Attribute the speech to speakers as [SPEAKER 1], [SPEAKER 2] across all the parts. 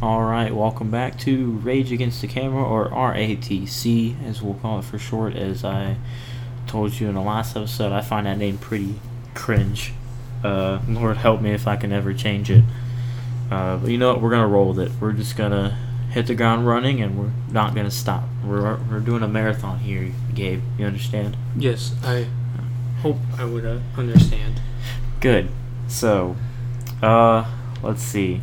[SPEAKER 1] All right, welcome back to Rage Against the Camera, or RATC, as we'll call it for short. As I told you in the last episode, I find that name pretty cringe. Uh, Lord help me if I can ever change it. Uh, but you know what? We're gonna roll with it. We're just gonna hit the ground running, and we're not gonna stop. We're we're doing a marathon here, Gabe. You understand?
[SPEAKER 2] Yes, I hope I would uh, understand.
[SPEAKER 1] Good. So, uh, let's see.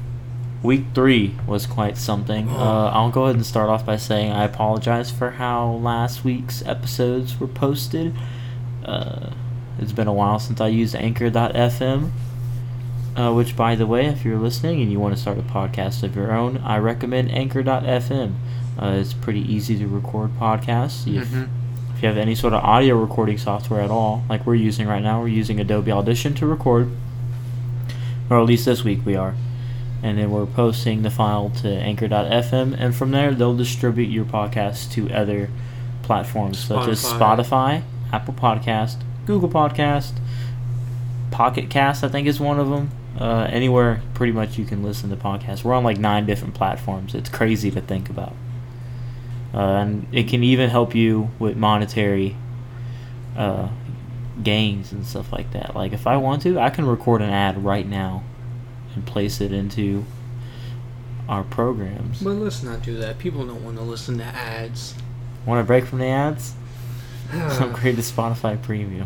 [SPEAKER 1] Week three was quite something. Uh, I'll go ahead and start off by saying I apologize for how last week's episodes were posted. Uh, it's been a while since I used Anchor.fm, uh, which, by the way, if you're listening and you want to start a podcast of your own, I recommend Anchor.fm. Uh, it's pretty easy to record podcasts. If
[SPEAKER 2] Mm-hmm.
[SPEAKER 1] if you have any sort of audio recording software at all, like we're using right now, we're using Adobe Audition to record, or at least this week we are. And then we're posting the file to anchor.fm, and from there they'll distribute your podcast to other platforms such as
[SPEAKER 2] Spotify.
[SPEAKER 1] Spotify, Apple Podcast, Google Podcast, Pocket Cast, I think is one of them. Uh, anywhere pretty much you can listen to podcasts. We're on like nine different platforms. It's crazy to think about. Uh, and it can even help you with monetary uh, gains and stuff like that. Like if I want to, I can record an ad right now and place it into our programs.
[SPEAKER 2] But let's not do that. People don't want to listen to ads.
[SPEAKER 1] Want a break from the ads?
[SPEAKER 2] uh,
[SPEAKER 1] Upgrade to Spotify Premium.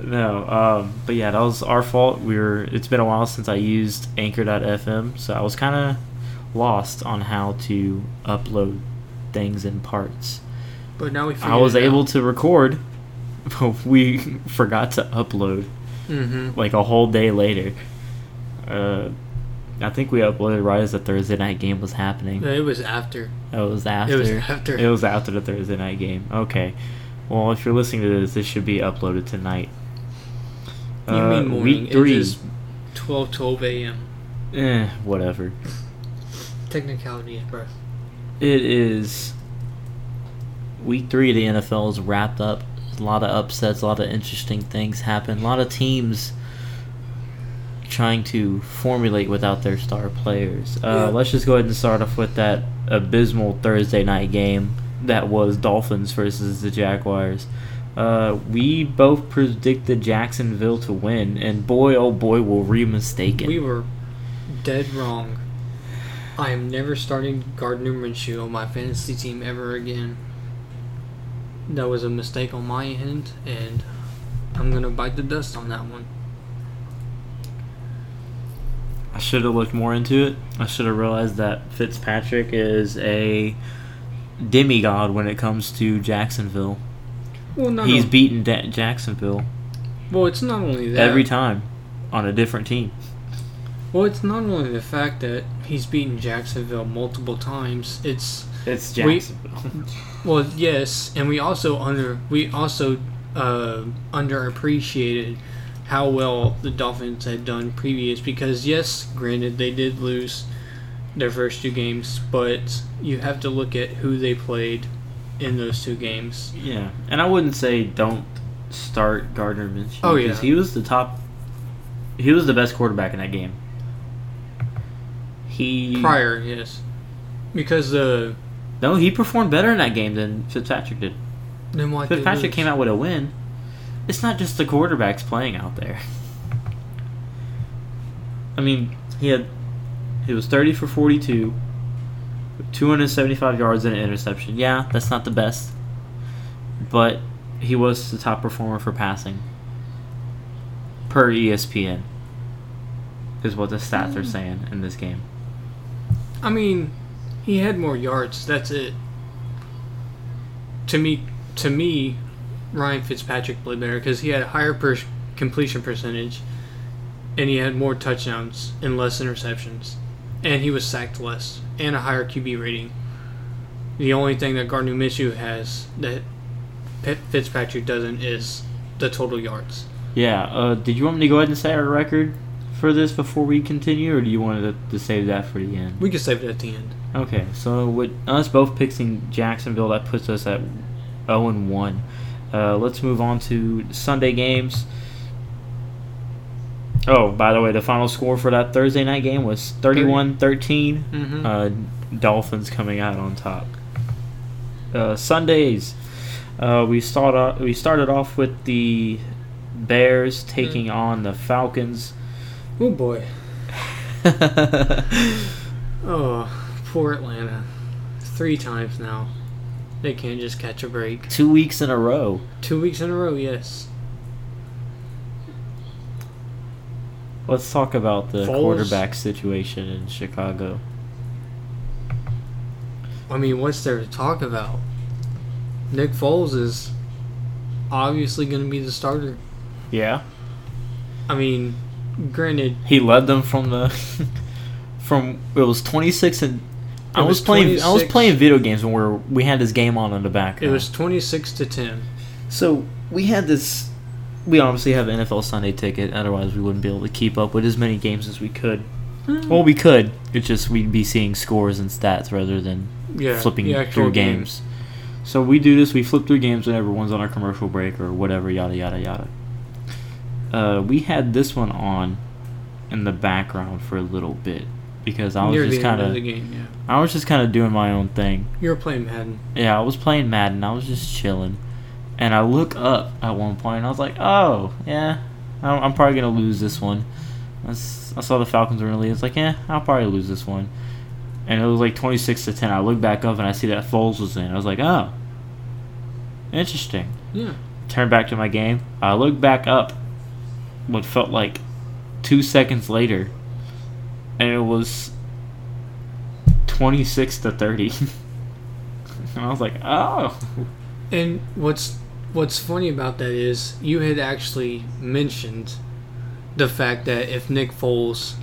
[SPEAKER 1] No, um, but yeah, that was our fault. We were. It's been a while since I used Anchor.fm, so I was kind of lost on how to upload things in parts.
[SPEAKER 2] But now we. uh,
[SPEAKER 1] I was able to record, but we forgot to upload
[SPEAKER 2] Mm-hmm.
[SPEAKER 1] like a whole day later. Uh, I think we uploaded right as the Thursday night game was happening.
[SPEAKER 2] It was after.
[SPEAKER 1] It was after.
[SPEAKER 2] It was after.
[SPEAKER 1] It was after the Thursday night game. Okay. Well, if you're listening to this, this should be uploaded tonight.
[SPEAKER 2] You
[SPEAKER 1] Uh,
[SPEAKER 2] mean morning?
[SPEAKER 1] Week three.
[SPEAKER 2] It is 12, 12 a.m.
[SPEAKER 1] Eh, whatever.
[SPEAKER 2] Technicality, bro.
[SPEAKER 1] It is week three of the NFL is wrapped up. A lot of upsets, a lot of interesting things happen. A lot of teams trying to formulate without their star players.
[SPEAKER 2] Yeah.
[SPEAKER 1] Uh, Let's just go ahead and start off with that abysmal Thursday night game that was Dolphins versus the Jaguars. Uh, we both predicted Jacksonville to win, and boy, oh boy, were we mistaken.
[SPEAKER 2] We were dead wrong. I am never starting Gardner Minshew on my fantasy team ever again. That was a mistake on my end, and I'm gonna bite the dust on that one.
[SPEAKER 1] I should have looked more into it. I should have realized that Fitzpatrick is a demigod when it comes to Jacksonville.
[SPEAKER 2] Well, not
[SPEAKER 1] He's
[SPEAKER 2] on-
[SPEAKER 1] beaten da- Jacksonville
[SPEAKER 2] well. It's not only that.
[SPEAKER 1] every time on a different team.
[SPEAKER 2] well, it's not only the fact that he's beaten Jacksonville multiple times. It's
[SPEAKER 1] It's
[SPEAKER 2] We-
[SPEAKER 1] Jacksonville.
[SPEAKER 2] Well, yes, and we also under we also uh, underappreciated how well the Dolphins had done previous because yes, granted they did lose their first two games, but you have to look at who they played in those two games.
[SPEAKER 1] yeah, and I wouldn't say don't start Gardner Minshew.
[SPEAKER 2] Oh,
[SPEAKER 1] 'cause
[SPEAKER 2] yeah.
[SPEAKER 1] he was the top. He was the best quarterback in that game. He
[SPEAKER 2] Prior, yes, because uh, the
[SPEAKER 1] no, he performed better in that game than Fitzpatrick did.
[SPEAKER 2] then why did they
[SPEAKER 1] Fitzpatrick
[SPEAKER 2] lose?
[SPEAKER 1] came out with a win. It's not just the quarterbacks playing out there. I mean, he had he was thirty for forty two, two hundred seventy five yards and an interception. Yeah, that's not the best, but he was the top performer for passing per E ESPN. Is what the stats are saying in this game.
[SPEAKER 2] I mean, he had more yards. That's it. To me, to me, Ryan Fitzpatrick played better because he had a higher per- completion percentage, and he had more touchdowns and less interceptions, and he was sacked less and a higher QB rating. The only thing that Gardner Minshew has that Fit- Fitzpatrick doesn't is the total yards.
[SPEAKER 1] Yeah. Uh, did you want me to go ahead and say our record for this before we continue, or do you want to, to save that for the end?
[SPEAKER 2] We could save it at the end.
[SPEAKER 1] Okay, so with us both picking Jacksonville, that puts us at 0 and 1. Uh, let's move on to Sunday games. Oh, by the way, the final score for that Thursday night game was 31 13.
[SPEAKER 2] Mm-hmm.
[SPEAKER 1] Uh, Dolphins coming out on top. Uh, Sundays, uh, we start off, we started off with the Bears taking on the Falcons.
[SPEAKER 2] oh boy. Oh, poor Atlanta. Three times now. They can't just catch a break.
[SPEAKER 1] Two weeks in a row.
[SPEAKER 2] Two weeks in a row, yes.
[SPEAKER 1] Let's talk about the
[SPEAKER 2] Foles.
[SPEAKER 1] quarterback situation in Chicago.
[SPEAKER 2] I mean, what's there to talk about? Nick Foles is obviously going to be the starter.
[SPEAKER 1] Yeah,
[SPEAKER 2] I mean, granted,
[SPEAKER 1] he led them from the from it was 26 and I
[SPEAKER 2] It was
[SPEAKER 1] was, playing I was
[SPEAKER 2] 26.
[SPEAKER 1] playing video games when we were, we had this game on in the background.
[SPEAKER 2] it was 26 to 10.
[SPEAKER 1] So we had this. We obviously have an NFL Sunday ticket, otherwise we wouldn't be able to keep up with as many games as we could. Well, we could. It's just we'd be seeing scores and stats rather than
[SPEAKER 2] Yeah,
[SPEAKER 1] flipping
[SPEAKER 2] the actual
[SPEAKER 1] through games. So we do this. We flip through games whenever one's on our commercial break or whatever. Yada yada yada. Uh, we had this one on in the background for a little bit because I was
[SPEAKER 2] Near the
[SPEAKER 1] just
[SPEAKER 2] end
[SPEAKER 1] kind
[SPEAKER 2] of the
[SPEAKER 1] of
[SPEAKER 2] game, yeah.
[SPEAKER 1] I was just kind of doing my own thing.
[SPEAKER 2] You were playing Madden.
[SPEAKER 1] Yeah, I was playing Madden. I was just chilling, and I look up at one point. And I was like, "Oh, yeah, I'm, I'm probably gonna lose this one." I, s- I saw the Falcons were in the lead. It's like, "Yeah, I'll probably lose this one." And it was like 26 to 10. I look back up and I see that Foles was in. I was like, "Oh, interesting."
[SPEAKER 2] Yeah.
[SPEAKER 1] Turn back to my game. I look back up. What felt like two seconds later, and it was 26 to 30. and I was like, "Oh."
[SPEAKER 2] And what's what's funny about that is you had actually mentioned the fact that if Nick Foles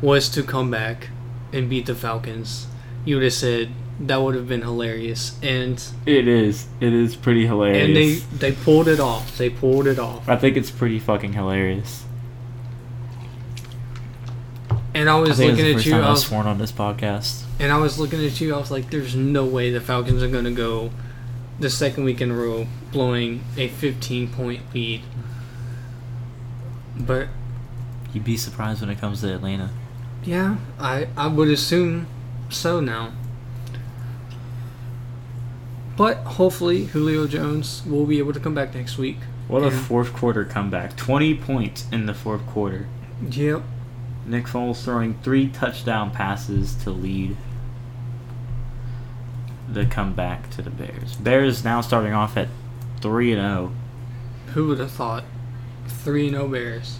[SPEAKER 2] was to come back and beat the Falcons, you would have said that would have been hilarious. And
[SPEAKER 1] It is. It is pretty hilarious.
[SPEAKER 2] and they they pulled it off. They pulled it off.
[SPEAKER 1] I think it's pretty fucking hilarious.
[SPEAKER 2] And I
[SPEAKER 1] I
[SPEAKER 2] was
[SPEAKER 1] think it's
[SPEAKER 2] looking
[SPEAKER 1] the
[SPEAKER 2] at
[SPEAKER 1] first
[SPEAKER 2] you.
[SPEAKER 1] time
[SPEAKER 2] I
[SPEAKER 1] I've
[SPEAKER 2] was,
[SPEAKER 1] sworn on this podcast.
[SPEAKER 2] and I was looking at you. I was like, "There's no way the Falcons are going to go the second week in a row blowing a 15 point lead." But
[SPEAKER 1] You'd be surprised when it comes to Atlanta.
[SPEAKER 2] Yeah, I, I would assume so now. But hopefully Julio Jones will be able to come back next week.
[SPEAKER 1] What a
[SPEAKER 2] Yeah.
[SPEAKER 1] fourth quarter comeback. 20 points in the fourth quarter.
[SPEAKER 2] Yep.
[SPEAKER 1] Nick Foles throwing three touchdown passes to lead the comeback to the Bears. Bears now starting off at 3 and oh. 0.
[SPEAKER 2] Who would have thought? Three no Bears.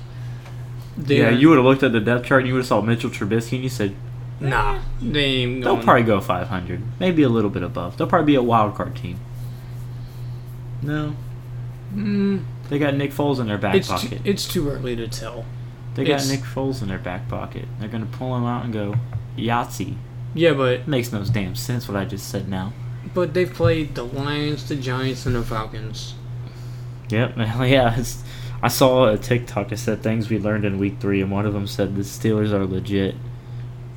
[SPEAKER 2] They
[SPEAKER 1] Yeah,
[SPEAKER 2] are-
[SPEAKER 1] you would have looked at the depth chart and you would have saw Mitchell Trubisky and you said,
[SPEAKER 2] Nah, they ain't
[SPEAKER 1] They'll
[SPEAKER 2] going.
[SPEAKER 1] probably go 500, maybe a little bit above. They'll probably be a wild card team. No,
[SPEAKER 2] Mm,
[SPEAKER 1] they got Nick Foles in their back
[SPEAKER 2] it's too,
[SPEAKER 1] pocket.
[SPEAKER 2] it's too early to tell.
[SPEAKER 1] they got
[SPEAKER 2] it's-
[SPEAKER 1] Nick Foles in their back pocket. They're gonna pull him out and go Yahtzee.
[SPEAKER 2] Yeah, but
[SPEAKER 1] It makes no damn sense what I just said now.
[SPEAKER 2] but they've played the Lions, the Giants, and the Falcons.
[SPEAKER 1] Yep. yeah. It's, I saw a TikTok that said things we learned in week three, and one of them said the Steelers are legit.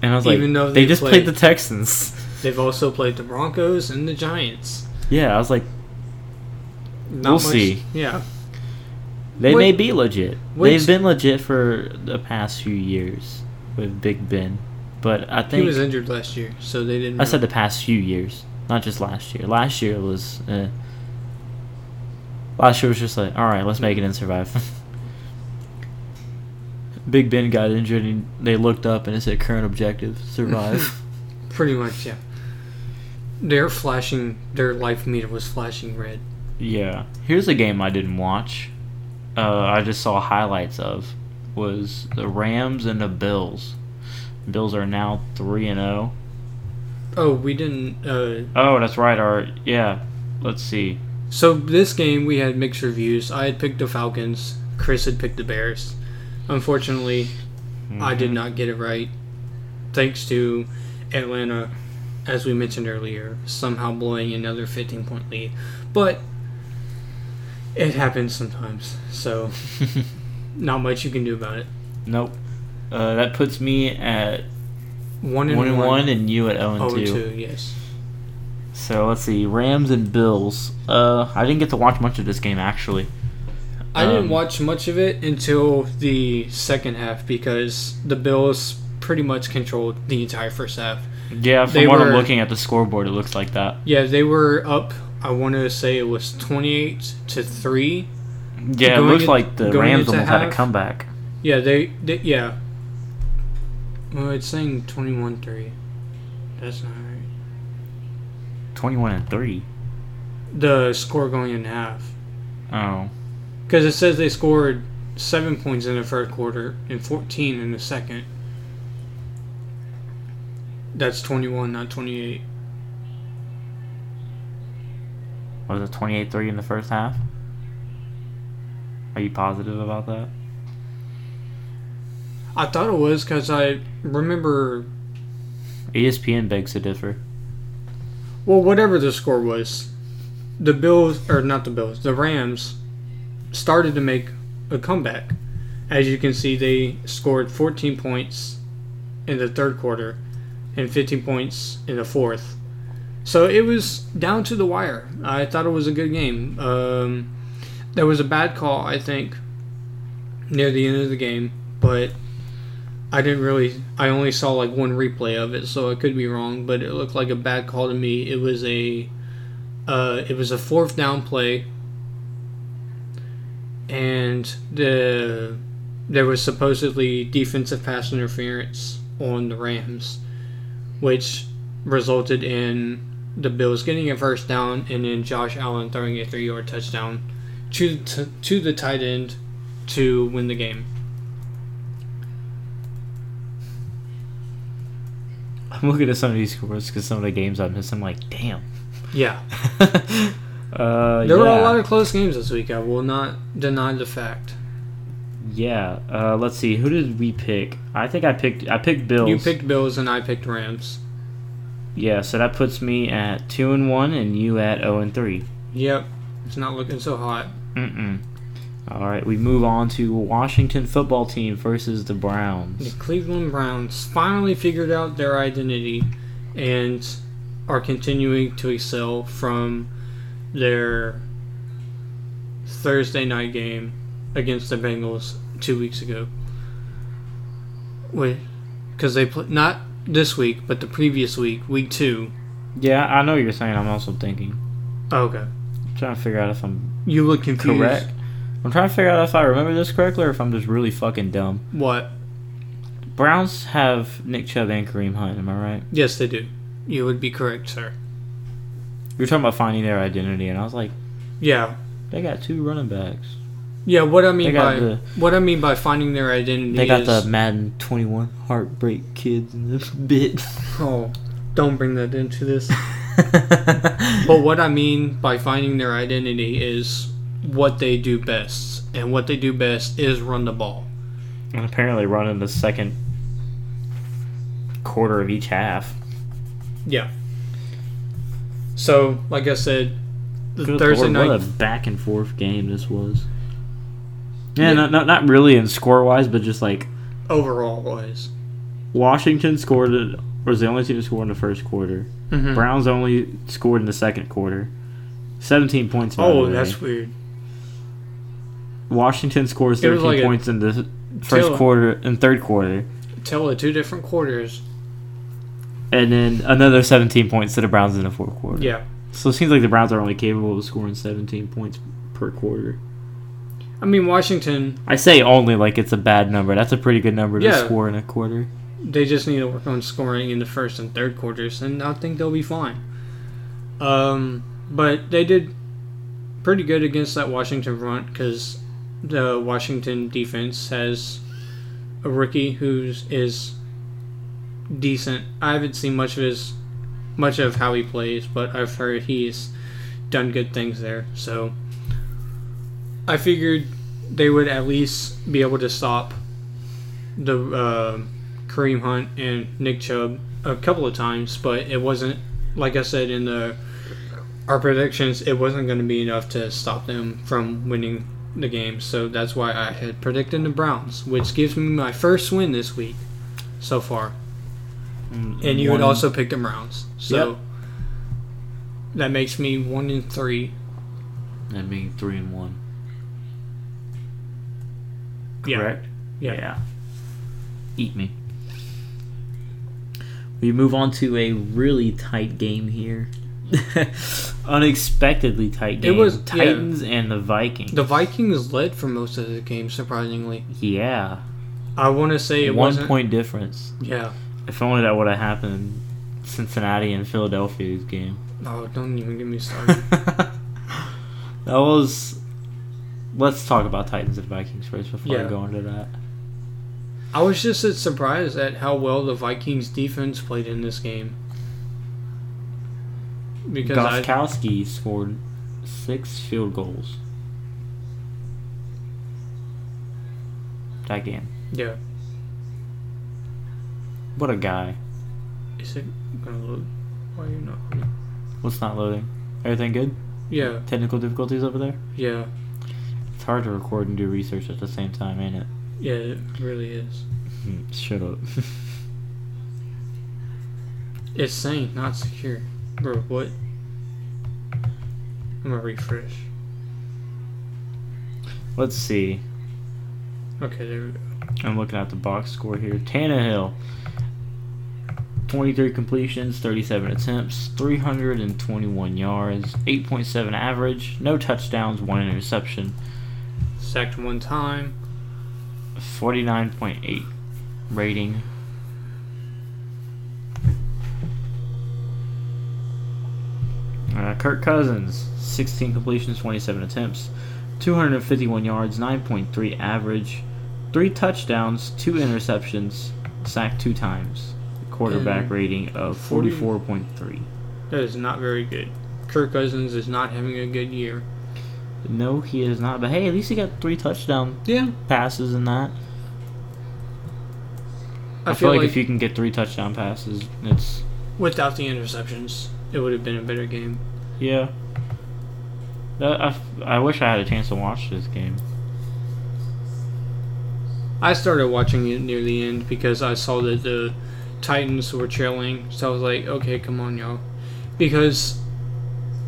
[SPEAKER 1] And I was like,
[SPEAKER 2] Even though
[SPEAKER 1] they,
[SPEAKER 2] they
[SPEAKER 1] just played
[SPEAKER 2] played-
[SPEAKER 1] the Texans.
[SPEAKER 2] They've also played the Broncos and the Giants.
[SPEAKER 1] yeah, I was like,
[SPEAKER 2] Not
[SPEAKER 1] We'll
[SPEAKER 2] much,
[SPEAKER 1] see.
[SPEAKER 2] Yeah.
[SPEAKER 1] They
[SPEAKER 2] What-
[SPEAKER 1] may be legit.
[SPEAKER 2] which-
[SPEAKER 1] They've been legit for the past few years with Big Ben, but I
[SPEAKER 2] He
[SPEAKER 1] think
[SPEAKER 2] was injured last year, so they didn't.
[SPEAKER 1] I said the past few years, not just last year. Last year was eh. last year was just like, all right, let's make it and survive. Big Ben got injured, and they looked up and it said current objective survive.
[SPEAKER 2] Pretty much, yeah. Their flashing, their life meter was flashing red.
[SPEAKER 1] Yeah. Here's a game I didn't watch. Uh, I just saw highlights of was the Rams and the Bills. Bills are now three and zero.
[SPEAKER 2] Oh, we didn't. Uh,
[SPEAKER 1] Oh, that's right. Our yeah. Let's see.
[SPEAKER 2] so this game we had mixed reviews. I had picked the Falcons. Chris had picked the Bears. Unfortunately, I did
[SPEAKER 1] Mm-hmm.
[SPEAKER 2] not get it right. Thanks to Atlanta, as we mentioned earlier, somehow blowing another 15 point lead. But it happens sometimes, so not much you can do about it.
[SPEAKER 1] Nope. Uh, that puts me at
[SPEAKER 2] One and
[SPEAKER 1] one and
[SPEAKER 2] one.
[SPEAKER 1] one, and you at zero
[SPEAKER 2] oh,
[SPEAKER 1] and
[SPEAKER 2] and
[SPEAKER 1] two.
[SPEAKER 2] two, yes.
[SPEAKER 1] So let's see. Rams and Bills. Uh, I didn't get to watch much of this game actually.
[SPEAKER 2] I
[SPEAKER 1] Um,
[SPEAKER 2] didn't watch much of it until the second half because the Bills pretty much controlled the entire first half.
[SPEAKER 1] Yeah, from
[SPEAKER 2] They
[SPEAKER 1] what I'm
[SPEAKER 2] were-
[SPEAKER 1] looking at the scoreboard, it looks like that.
[SPEAKER 2] Yeah, they were up. I want to say it was twenty-eight to three.
[SPEAKER 1] Yeah, it
[SPEAKER 2] Going
[SPEAKER 1] looks
[SPEAKER 2] in-
[SPEAKER 1] like the
[SPEAKER 2] going
[SPEAKER 1] Rams
[SPEAKER 2] into
[SPEAKER 1] almost had a
[SPEAKER 2] half-
[SPEAKER 1] comeback.
[SPEAKER 2] Yeah, they. they yeah. Well, it's saying twenty-one-three. That's not right.
[SPEAKER 1] 21 and 3.
[SPEAKER 2] The score going in half.
[SPEAKER 1] Oh.
[SPEAKER 2] Because it says they scored seven points in the first quarter and 14 in the second. That's 21, not 28.
[SPEAKER 1] Was it 28 3 in the first half? Are you positive about that?
[SPEAKER 2] I thought it was because I remember.
[SPEAKER 1] ESPN begs to differ.
[SPEAKER 2] Well, whatever the score was, the Bills, or not the Bills, the Rams started to make a comeback. As you can see, they scored 14 points in the third quarter and 15 points in the fourth. So it was down to the wire. I thought it was a good game. Um, there was a bad call, I think, near the end of the game, but I didn't really. I only saw like one replay of it, so I could be wrong. But it looked like a bad call to me. It was a, uh, it was a fourth down play, and the there was supposedly defensive pass interference on the Rams, which resulted in the Bills getting a first down and then Josh Allen throwing a three-yard touchdown to to, to the tight end to win the game.
[SPEAKER 1] I'm looking at some of these scores because some of the games I missed. I'm like, damn.
[SPEAKER 2] Yeah. There
[SPEAKER 1] uh, yeah.
[SPEAKER 2] were a lot of close games this week. I will not deny the fact.
[SPEAKER 1] Yeah. Uh, let's see. Who did we pick? I think I picked. I picked Bills.
[SPEAKER 2] You picked Bills and I picked Rams.
[SPEAKER 1] Yeah. So that puts me at two and one, and you at zero and three.
[SPEAKER 2] Yep, it's not looking so hot.
[SPEAKER 1] Mm-mm. All right. We move on to Washington football team versus the
[SPEAKER 2] The
[SPEAKER 1] Browns.
[SPEAKER 2] Cleveland Browns finally figured out their identity and are continuing to excel from their Thursday night game against the Bengals two weeks ago. Wait, because they pl- not this week, but the previous week, week two.
[SPEAKER 1] Yeah, I know what you're saying. I'm also thinking.
[SPEAKER 2] Okay,
[SPEAKER 1] I'm trying to figure out if I'm
[SPEAKER 2] you look confused.
[SPEAKER 1] correct. I'm trying to figure out if I remember this correctly or if I'm just really fucking dumb.
[SPEAKER 2] What?
[SPEAKER 1] Browns have Nick Chubb and Kareem Hunt. Am I right?
[SPEAKER 2] Yes, they do. You would be correct, sir.
[SPEAKER 1] We were talking about finding their identity, and I was like,
[SPEAKER 2] Yeah.
[SPEAKER 1] they got two running backs.
[SPEAKER 2] Yeah, what I mean
[SPEAKER 1] They got
[SPEAKER 2] by
[SPEAKER 1] the-
[SPEAKER 2] what I mean by finding their identity
[SPEAKER 1] They got
[SPEAKER 2] is
[SPEAKER 1] the Madden 21 heartbreak kids in this bit.
[SPEAKER 2] Oh, don't bring that into this.
[SPEAKER 1] but
[SPEAKER 2] but what I mean by finding their identity is what they do best. And what they do best is run the ball.
[SPEAKER 1] and apparently running the second quarter of each half.
[SPEAKER 2] Yeah. So, like I said, the
[SPEAKER 1] Good
[SPEAKER 2] Thursday
[SPEAKER 1] Lord,
[SPEAKER 2] night
[SPEAKER 1] what a back and forth game this was. Yeah,
[SPEAKER 2] Yeah.
[SPEAKER 1] No, no, not really in score wise, but just like
[SPEAKER 2] overall was.
[SPEAKER 1] Washington scored it was the only team to score in the first quarter.
[SPEAKER 2] Mhm.
[SPEAKER 1] Browns only scored in the second quarter. 17 points. by the
[SPEAKER 2] Oh,
[SPEAKER 1] way.
[SPEAKER 2] that's weird.
[SPEAKER 1] Washington scores
[SPEAKER 2] It was
[SPEAKER 1] 13
[SPEAKER 2] like a-
[SPEAKER 1] points in the first
[SPEAKER 2] Taylor.
[SPEAKER 1] quarter and third quarter,
[SPEAKER 2] Tell the two different quarters.
[SPEAKER 1] and then another 17 points to the Browns in the fourth quarter.
[SPEAKER 2] Yeah.
[SPEAKER 1] So it seems like the Browns are only capable of scoring 17 points per quarter.
[SPEAKER 2] I mean, Washington,
[SPEAKER 1] I say only like it's a bad number. That's a pretty good number to
[SPEAKER 2] Yeah.
[SPEAKER 1] score in a quarter.
[SPEAKER 2] they just need to work on scoring in the first and third quarters, and I think they'll be fine. Um, but they did pretty good against that Washington front because the Washington defense has a rookie who's is decent. I haven't seen much of his much of how he plays, but I've heard he's done good things there. So I figured they would at least be able to stop the uh, Kareem Hunt and Nick Chubb a couple of times, but it wasn't like I said in the our predictions. It wasn't going to be enough to stop them from winning the game. So that's why I had predicted the Browns, which gives me my first win this week so far. And you
[SPEAKER 1] One-
[SPEAKER 2] had also picked the Browns, so
[SPEAKER 1] Yep.
[SPEAKER 2] that makes me one in three.
[SPEAKER 1] and me three and one.
[SPEAKER 2] Yeah.
[SPEAKER 1] correct?
[SPEAKER 2] Yeah.
[SPEAKER 1] Eat me. We move on to a really tight game here. Unexpectedly tight game.
[SPEAKER 2] was- yeah.
[SPEAKER 1] Titans and the Vikings.
[SPEAKER 2] The Vikings led for most of the game, surprisingly.
[SPEAKER 1] yeah.
[SPEAKER 2] I want to say it
[SPEAKER 1] One
[SPEAKER 2] wasn't.
[SPEAKER 1] point difference.
[SPEAKER 2] Yeah.
[SPEAKER 1] If only that would have happened in Cincinnati and Philadelphia's game.
[SPEAKER 2] Oh, don't even get me started.
[SPEAKER 1] that was. Let's talk about Titans and Vikings first before I
[SPEAKER 2] Yeah.
[SPEAKER 1] go into that.
[SPEAKER 2] I was just as surprised at how well the Vikings defense played in this game. Because I,
[SPEAKER 1] Goskowski scored six field goals that game.
[SPEAKER 2] yeah,
[SPEAKER 1] What a guy!
[SPEAKER 2] is it gonna load? Why are you not?
[SPEAKER 1] What's not loading? Everything good?
[SPEAKER 2] Yeah,
[SPEAKER 1] Technical difficulties over there?
[SPEAKER 2] yeah,
[SPEAKER 1] It's hard to record and do research at the same time, ain't it?
[SPEAKER 2] yeah. It really is.
[SPEAKER 1] Hmm, Shut up.
[SPEAKER 2] It's saying not secure, bro. What? I'm gonna refresh.
[SPEAKER 1] Let's see.
[SPEAKER 2] Okay, there we go.
[SPEAKER 1] I'm looking at the box score here. Tannehill, 23 completions, 37 attempts, 321 yards, 8.7 average, no touchdowns, one interception.
[SPEAKER 2] Sacked one time.
[SPEAKER 1] 49.8 rating. Uh, Kirk Cousins, 16 completions, 27 attempts, 251 yards, 9.3 average, 3 touchdowns, 2 interceptions, sacked 2 times. Quarterback
[SPEAKER 2] And
[SPEAKER 1] rating of
[SPEAKER 2] 40
[SPEAKER 1] 44.3.
[SPEAKER 2] That is not very good. Kirk Cousins is not having a good year.
[SPEAKER 1] No, he is not, but hey, at least he got 3 touchdown
[SPEAKER 2] Yeah,
[SPEAKER 1] passes in that. I, feel, like, if you can get 3 touchdown passes, it's.
[SPEAKER 2] without the interceptions, it would have been a better game.
[SPEAKER 1] Yeah. That- I, f- I wish I had a chance to watch this game.
[SPEAKER 2] I started watching it near the end because I saw that the Titans were trailing, so I was like, okay, come on, y'all. Because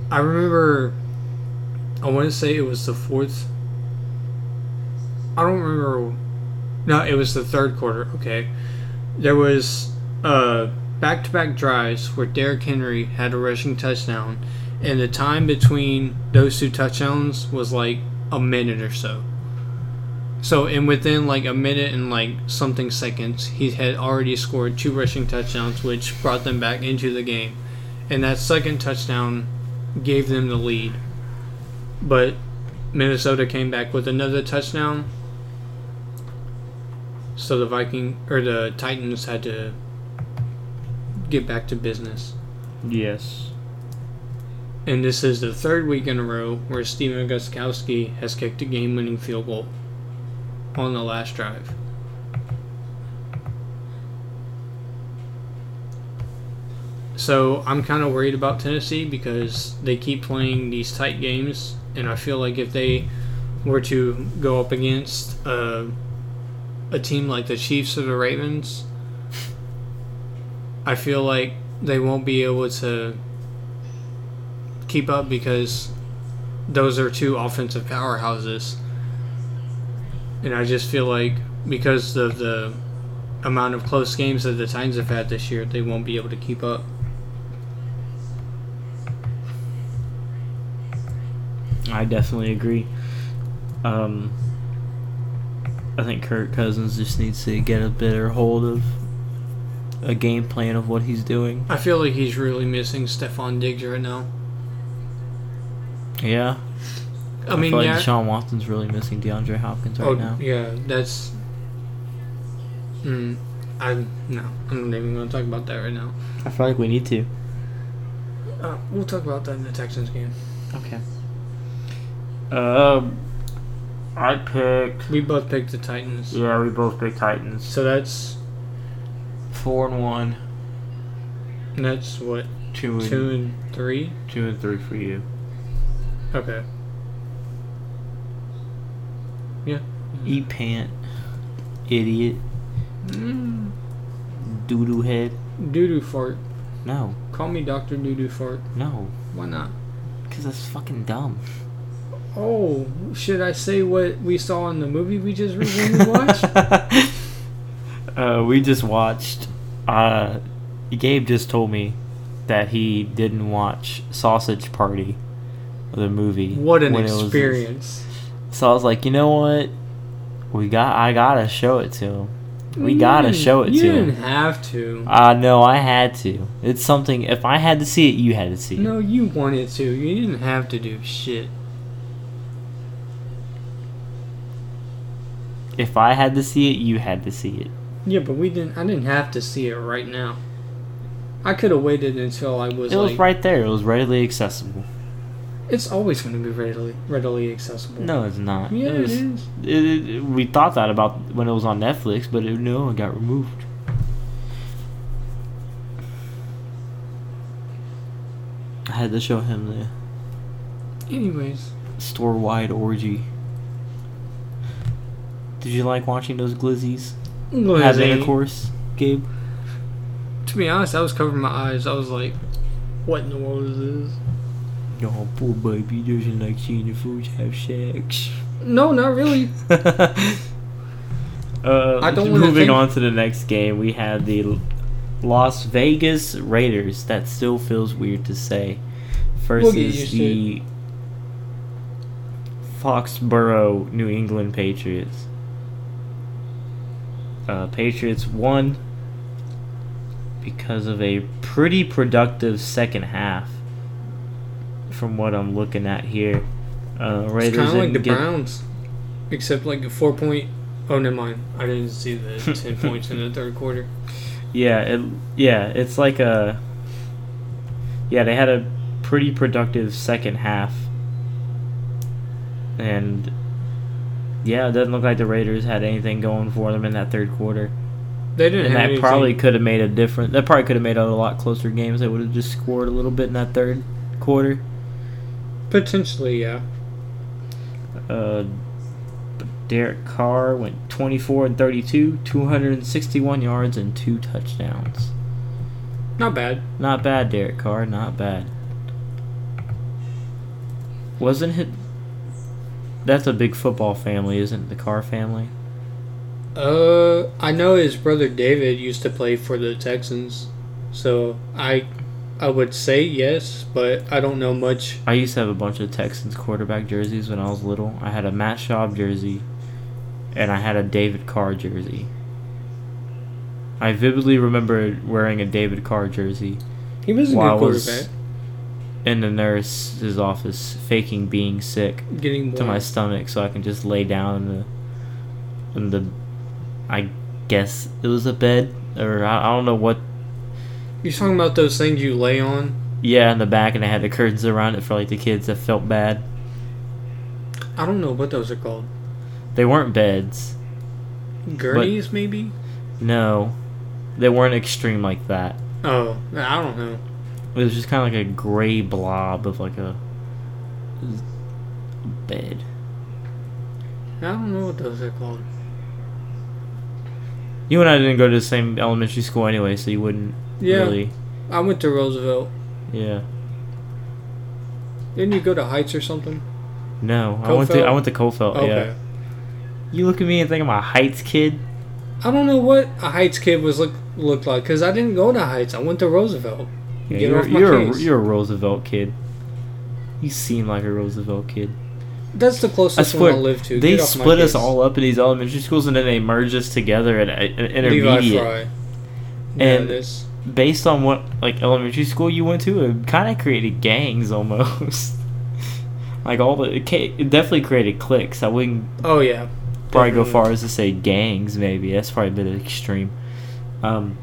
[SPEAKER 2] I remember, I want to say it was the fourth. I don't remember. No, it was the third quarter. Okay, there was uh, back-to-back drives where Derrick Henry had a rushing touchdown, and the time between those two touchdowns was like a minute or so. So, and within like a minute and like something seconds, he had already scored two rushing touchdowns, which brought them back into the game. And that second touchdown gave them the lead. But Minnesota came back with another touchdown. So the Viking or the Titans had to get back to business.
[SPEAKER 1] Yes.
[SPEAKER 2] And this is the third week in a row where Steven Guskowski has kicked a game winning field goal on the last drive. So I'm kind of worried about Tennessee because they keep playing these tight games, and I feel like if they were to go up against uh, a team like the Chiefs or the Ravens, I feel like they won't be able to keep up because those are two offensive powerhouses. And I just feel like because of the amount of close games that the Titans have had this year, they won't be able to keep up.
[SPEAKER 1] I definitely agree. Um, I think Kirk Cousins just needs to get a better hold of a game plan of what he's doing.
[SPEAKER 2] I feel like he's really missing Stephon Diggs right now.
[SPEAKER 1] Yeah.
[SPEAKER 2] I mean,
[SPEAKER 1] feel like
[SPEAKER 2] yeah.
[SPEAKER 1] Deshaun Watson's really missing DeAndre Hopkins right
[SPEAKER 2] oh,
[SPEAKER 1] now.
[SPEAKER 2] yeah, that's. Mm, I no, I'm not even going to talk about that right now.
[SPEAKER 1] I feel like we need to.
[SPEAKER 2] Uh, we'll talk about that in the Texans game.
[SPEAKER 1] Okay. Um, I picked.
[SPEAKER 2] We both picked the Titans,
[SPEAKER 1] Yeah, we both picked Titans.
[SPEAKER 2] so that's
[SPEAKER 1] Four and one,
[SPEAKER 2] that's what
[SPEAKER 1] two and
[SPEAKER 2] two and three.
[SPEAKER 1] two and three for you.
[SPEAKER 2] Okay. Yeah.
[SPEAKER 1] Eat pant, idiot,
[SPEAKER 2] Mm.
[SPEAKER 1] doodoo head.
[SPEAKER 2] Doodoo fart.
[SPEAKER 1] No,
[SPEAKER 2] Call me Doctor Doodoo fart.
[SPEAKER 1] no,
[SPEAKER 2] Why not?
[SPEAKER 1] because that's fucking dumb.
[SPEAKER 2] Oh, should I say what we saw in the movie we just recently watched?
[SPEAKER 1] uh, we just watched. Uh, Gabe just told me that he didn't watch Sausage Party, the movie.
[SPEAKER 2] What an
[SPEAKER 1] when it was-
[SPEAKER 2] experience!
[SPEAKER 1] so I was like, you know what? We got. I gotta show it to him. We gotta
[SPEAKER 2] You
[SPEAKER 1] show it
[SPEAKER 2] didn't-
[SPEAKER 1] to
[SPEAKER 2] Mm, You
[SPEAKER 1] him.
[SPEAKER 2] didn't have to.
[SPEAKER 1] Uh, no, I had to. It's something. If I had to see it, you had to see it.
[SPEAKER 2] No, you wanted to. You didn't have to do shit.
[SPEAKER 1] If I had to see it, you had to see it.
[SPEAKER 2] Yeah, but we didn't. I didn't have to see it right now. I could have waited until I was
[SPEAKER 1] It was
[SPEAKER 2] like.
[SPEAKER 1] right there. It was readily accessible.
[SPEAKER 2] It's always going to be readily readily accessible.
[SPEAKER 1] No, it's not.
[SPEAKER 2] Yeah,
[SPEAKER 1] it was,
[SPEAKER 2] it is.
[SPEAKER 1] It, it- we thought that about when it was on Netflix, but it, no, it got removed. I had to show him the
[SPEAKER 2] Anyways,
[SPEAKER 1] store-wide orgy. Did you like watching those glizzies have
[SPEAKER 2] Lizzie,
[SPEAKER 1] intercourse, Gabe?
[SPEAKER 2] to be honest, I was covering my eyes. I was like, "What in the world is this?"
[SPEAKER 1] Your poor baby doesn't like seeing the fools have sex.
[SPEAKER 2] No, not really.
[SPEAKER 1] uh,
[SPEAKER 2] I don't wanna
[SPEAKER 1] moving
[SPEAKER 2] think-
[SPEAKER 1] on to the next game, we have the L- Las Vegas Raiders. That still feels weird to say. Versus
[SPEAKER 2] used to
[SPEAKER 1] the Foxborough New England Patriots. Uh, Patriots won because of a pretty productive second half. From what I'm looking at here, uh, Raiders
[SPEAKER 2] It's kind of like
[SPEAKER 1] didn't
[SPEAKER 2] the
[SPEAKER 1] get-
[SPEAKER 2] Browns, except like a four point. Oh, never mind. I didn't see the ten points in the third quarter.
[SPEAKER 1] Yeah, it yeah, it's like a yeah, they had a pretty productive second half. And yeah, it doesn't look like the Raiders had anything going for them in that third quarter.
[SPEAKER 2] They didn't
[SPEAKER 1] And
[SPEAKER 2] have
[SPEAKER 1] that
[SPEAKER 2] anything.
[SPEAKER 1] probably could have made a difference. That probably could have made it a lot closer games. They would have just scored a little bit in that third quarter.
[SPEAKER 2] potentially, yeah.
[SPEAKER 1] Uh, but Derek Carr went 24 and 32, 261 yards and two touchdowns.
[SPEAKER 2] Not bad.
[SPEAKER 1] Not bad, Derek Carr. Not bad. Wasn't it? That's a big football family, isn't it? The Carr family.
[SPEAKER 2] Uh, I know his brother David used to play for the Texans, so I, I would say yes, but I don't know much.
[SPEAKER 1] I used to have a bunch of Texans quarterback jerseys when I was little. I had a Matt Schaub jersey, and I had a David Carr jersey. I vividly remember wearing a David Carr jersey
[SPEAKER 2] He was a
[SPEAKER 1] while I
[SPEAKER 2] good
[SPEAKER 1] was
[SPEAKER 2] quarterback.
[SPEAKER 1] in the nurse's office, faking being sick.
[SPEAKER 2] Getting more.
[SPEAKER 1] to my stomach so I can just lay down in the, in the I guess it was a bed or I, I don't know what
[SPEAKER 2] You're talking about those things you lay on.
[SPEAKER 1] yeah in the back and I had the curtains around it for like the kids that felt bad
[SPEAKER 2] I don't know what those are called.
[SPEAKER 1] they weren't beds
[SPEAKER 2] Gurneys, maybe.
[SPEAKER 1] no they weren't extreme like that
[SPEAKER 2] Oh, I don't know.
[SPEAKER 1] it was just kind of like a gray blob of like a bed
[SPEAKER 2] I don't know what those are called.
[SPEAKER 1] you and I didn't go to the same elementary school anyway so you wouldn't
[SPEAKER 2] Yeah.
[SPEAKER 1] really
[SPEAKER 2] I went to Roosevelt.
[SPEAKER 1] yeah
[SPEAKER 2] Didn't you go to Heights or something?
[SPEAKER 1] no I went to I
[SPEAKER 2] Cofelt?
[SPEAKER 1] went to Cofelt Oh, yeah you look at me and think I'm a Heights kid
[SPEAKER 2] I don't know what a Heights kid was look looked like because I didn't go to Heights. I went to Roosevelt.
[SPEAKER 1] Yeah,
[SPEAKER 2] Get
[SPEAKER 1] you're,
[SPEAKER 2] off my
[SPEAKER 1] you're, a,
[SPEAKER 2] case.
[SPEAKER 1] you're a Roosevelt kid. You seem like a Roosevelt kid.
[SPEAKER 2] That's the
[SPEAKER 1] I
[SPEAKER 2] closest one
[SPEAKER 1] swear,
[SPEAKER 2] I live to.
[SPEAKER 1] they
[SPEAKER 2] Get off my
[SPEAKER 1] split us
[SPEAKER 2] case.
[SPEAKER 1] all up in these elementary schools and then they merge us together at at- at
[SPEAKER 2] Levi
[SPEAKER 1] intermediate.
[SPEAKER 2] Fry.
[SPEAKER 1] And-
[SPEAKER 2] And this.
[SPEAKER 1] Based on what like elementary school you went to, it kind of created gangs almost. like all the it, ca- it definitely created cliques. I wouldn't
[SPEAKER 2] Oh yeah.
[SPEAKER 1] probably go
[SPEAKER 2] Definitely.
[SPEAKER 1] far as to say gangs. Maybe that's probably a bit extreme. Um,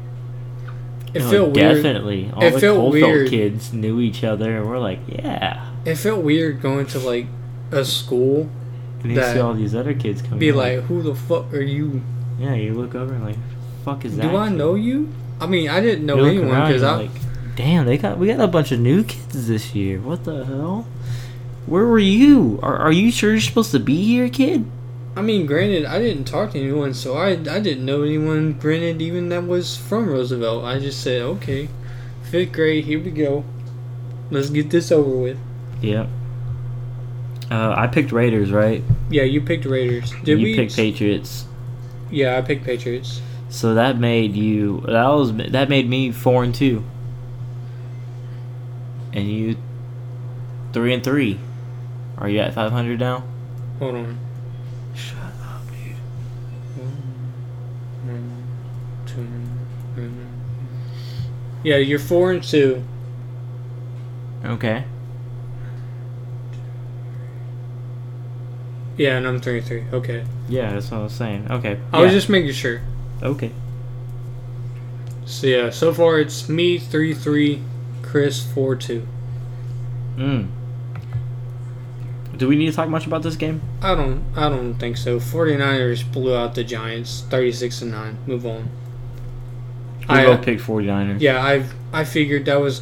[SPEAKER 2] It
[SPEAKER 1] no,
[SPEAKER 2] felt weird.
[SPEAKER 1] definitely all
[SPEAKER 2] It
[SPEAKER 1] the
[SPEAKER 2] felt
[SPEAKER 1] Coalfield
[SPEAKER 2] weird.
[SPEAKER 1] kids knew each other, and we're like, yeah.
[SPEAKER 2] It felt weird going to like a school.
[SPEAKER 1] And you see
[SPEAKER 2] That-
[SPEAKER 1] all these other kids coming.
[SPEAKER 2] Be
[SPEAKER 1] in.
[SPEAKER 2] like, who the fuck are you?
[SPEAKER 1] Yeah, you look over and like, fuck is that?
[SPEAKER 2] Do I
[SPEAKER 1] kid?"
[SPEAKER 2] know you? I mean, I didn't know
[SPEAKER 1] You look
[SPEAKER 2] anyone
[SPEAKER 1] around,
[SPEAKER 2] because
[SPEAKER 1] you're
[SPEAKER 2] I.
[SPEAKER 1] like, damn, they got we got a bunch of new kids this year. What the hell? Where were you? Are are you sure you're supposed to be here, kid?
[SPEAKER 2] I mean, granted, I didn't talk to anyone, so I I didn't know anyone. Granted, even that was from Roosevelt. I just said, okay, fifth grade, here we go. Let's get this over with.
[SPEAKER 1] Yep. Uh, I picked Raiders, right?
[SPEAKER 2] Yeah, you picked Raiders. Did
[SPEAKER 1] you
[SPEAKER 2] we?
[SPEAKER 1] picked Patriots.
[SPEAKER 2] yeah, I picked Patriots.
[SPEAKER 1] So that made you. That was that made me four and two. And you, three and three. Are you at five hundred now?
[SPEAKER 2] Hold on.
[SPEAKER 1] Shut up, dude.
[SPEAKER 2] Yeah, you're four and two.
[SPEAKER 1] Okay.
[SPEAKER 2] Yeah, and I'm three and three. Okay,
[SPEAKER 1] Yeah, that's what I was saying. Okay.
[SPEAKER 2] I was
[SPEAKER 1] Yeah.
[SPEAKER 2] just making sure.
[SPEAKER 1] okay.
[SPEAKER 2] So yeah, so far it's me three three, Chris four two.
[SPEAKER 1] Mm. Do we need to talk much about this game?
[SPEAKER 2] I don't I don't think so. 49ers blew out the Giants 36 to 9. Move on.
[SPEAKER 1] We
[SPEAKER 2] I
[SPEAKER 1] both picked 49ers.
[SPEAKER 2] yeah, I I figured that was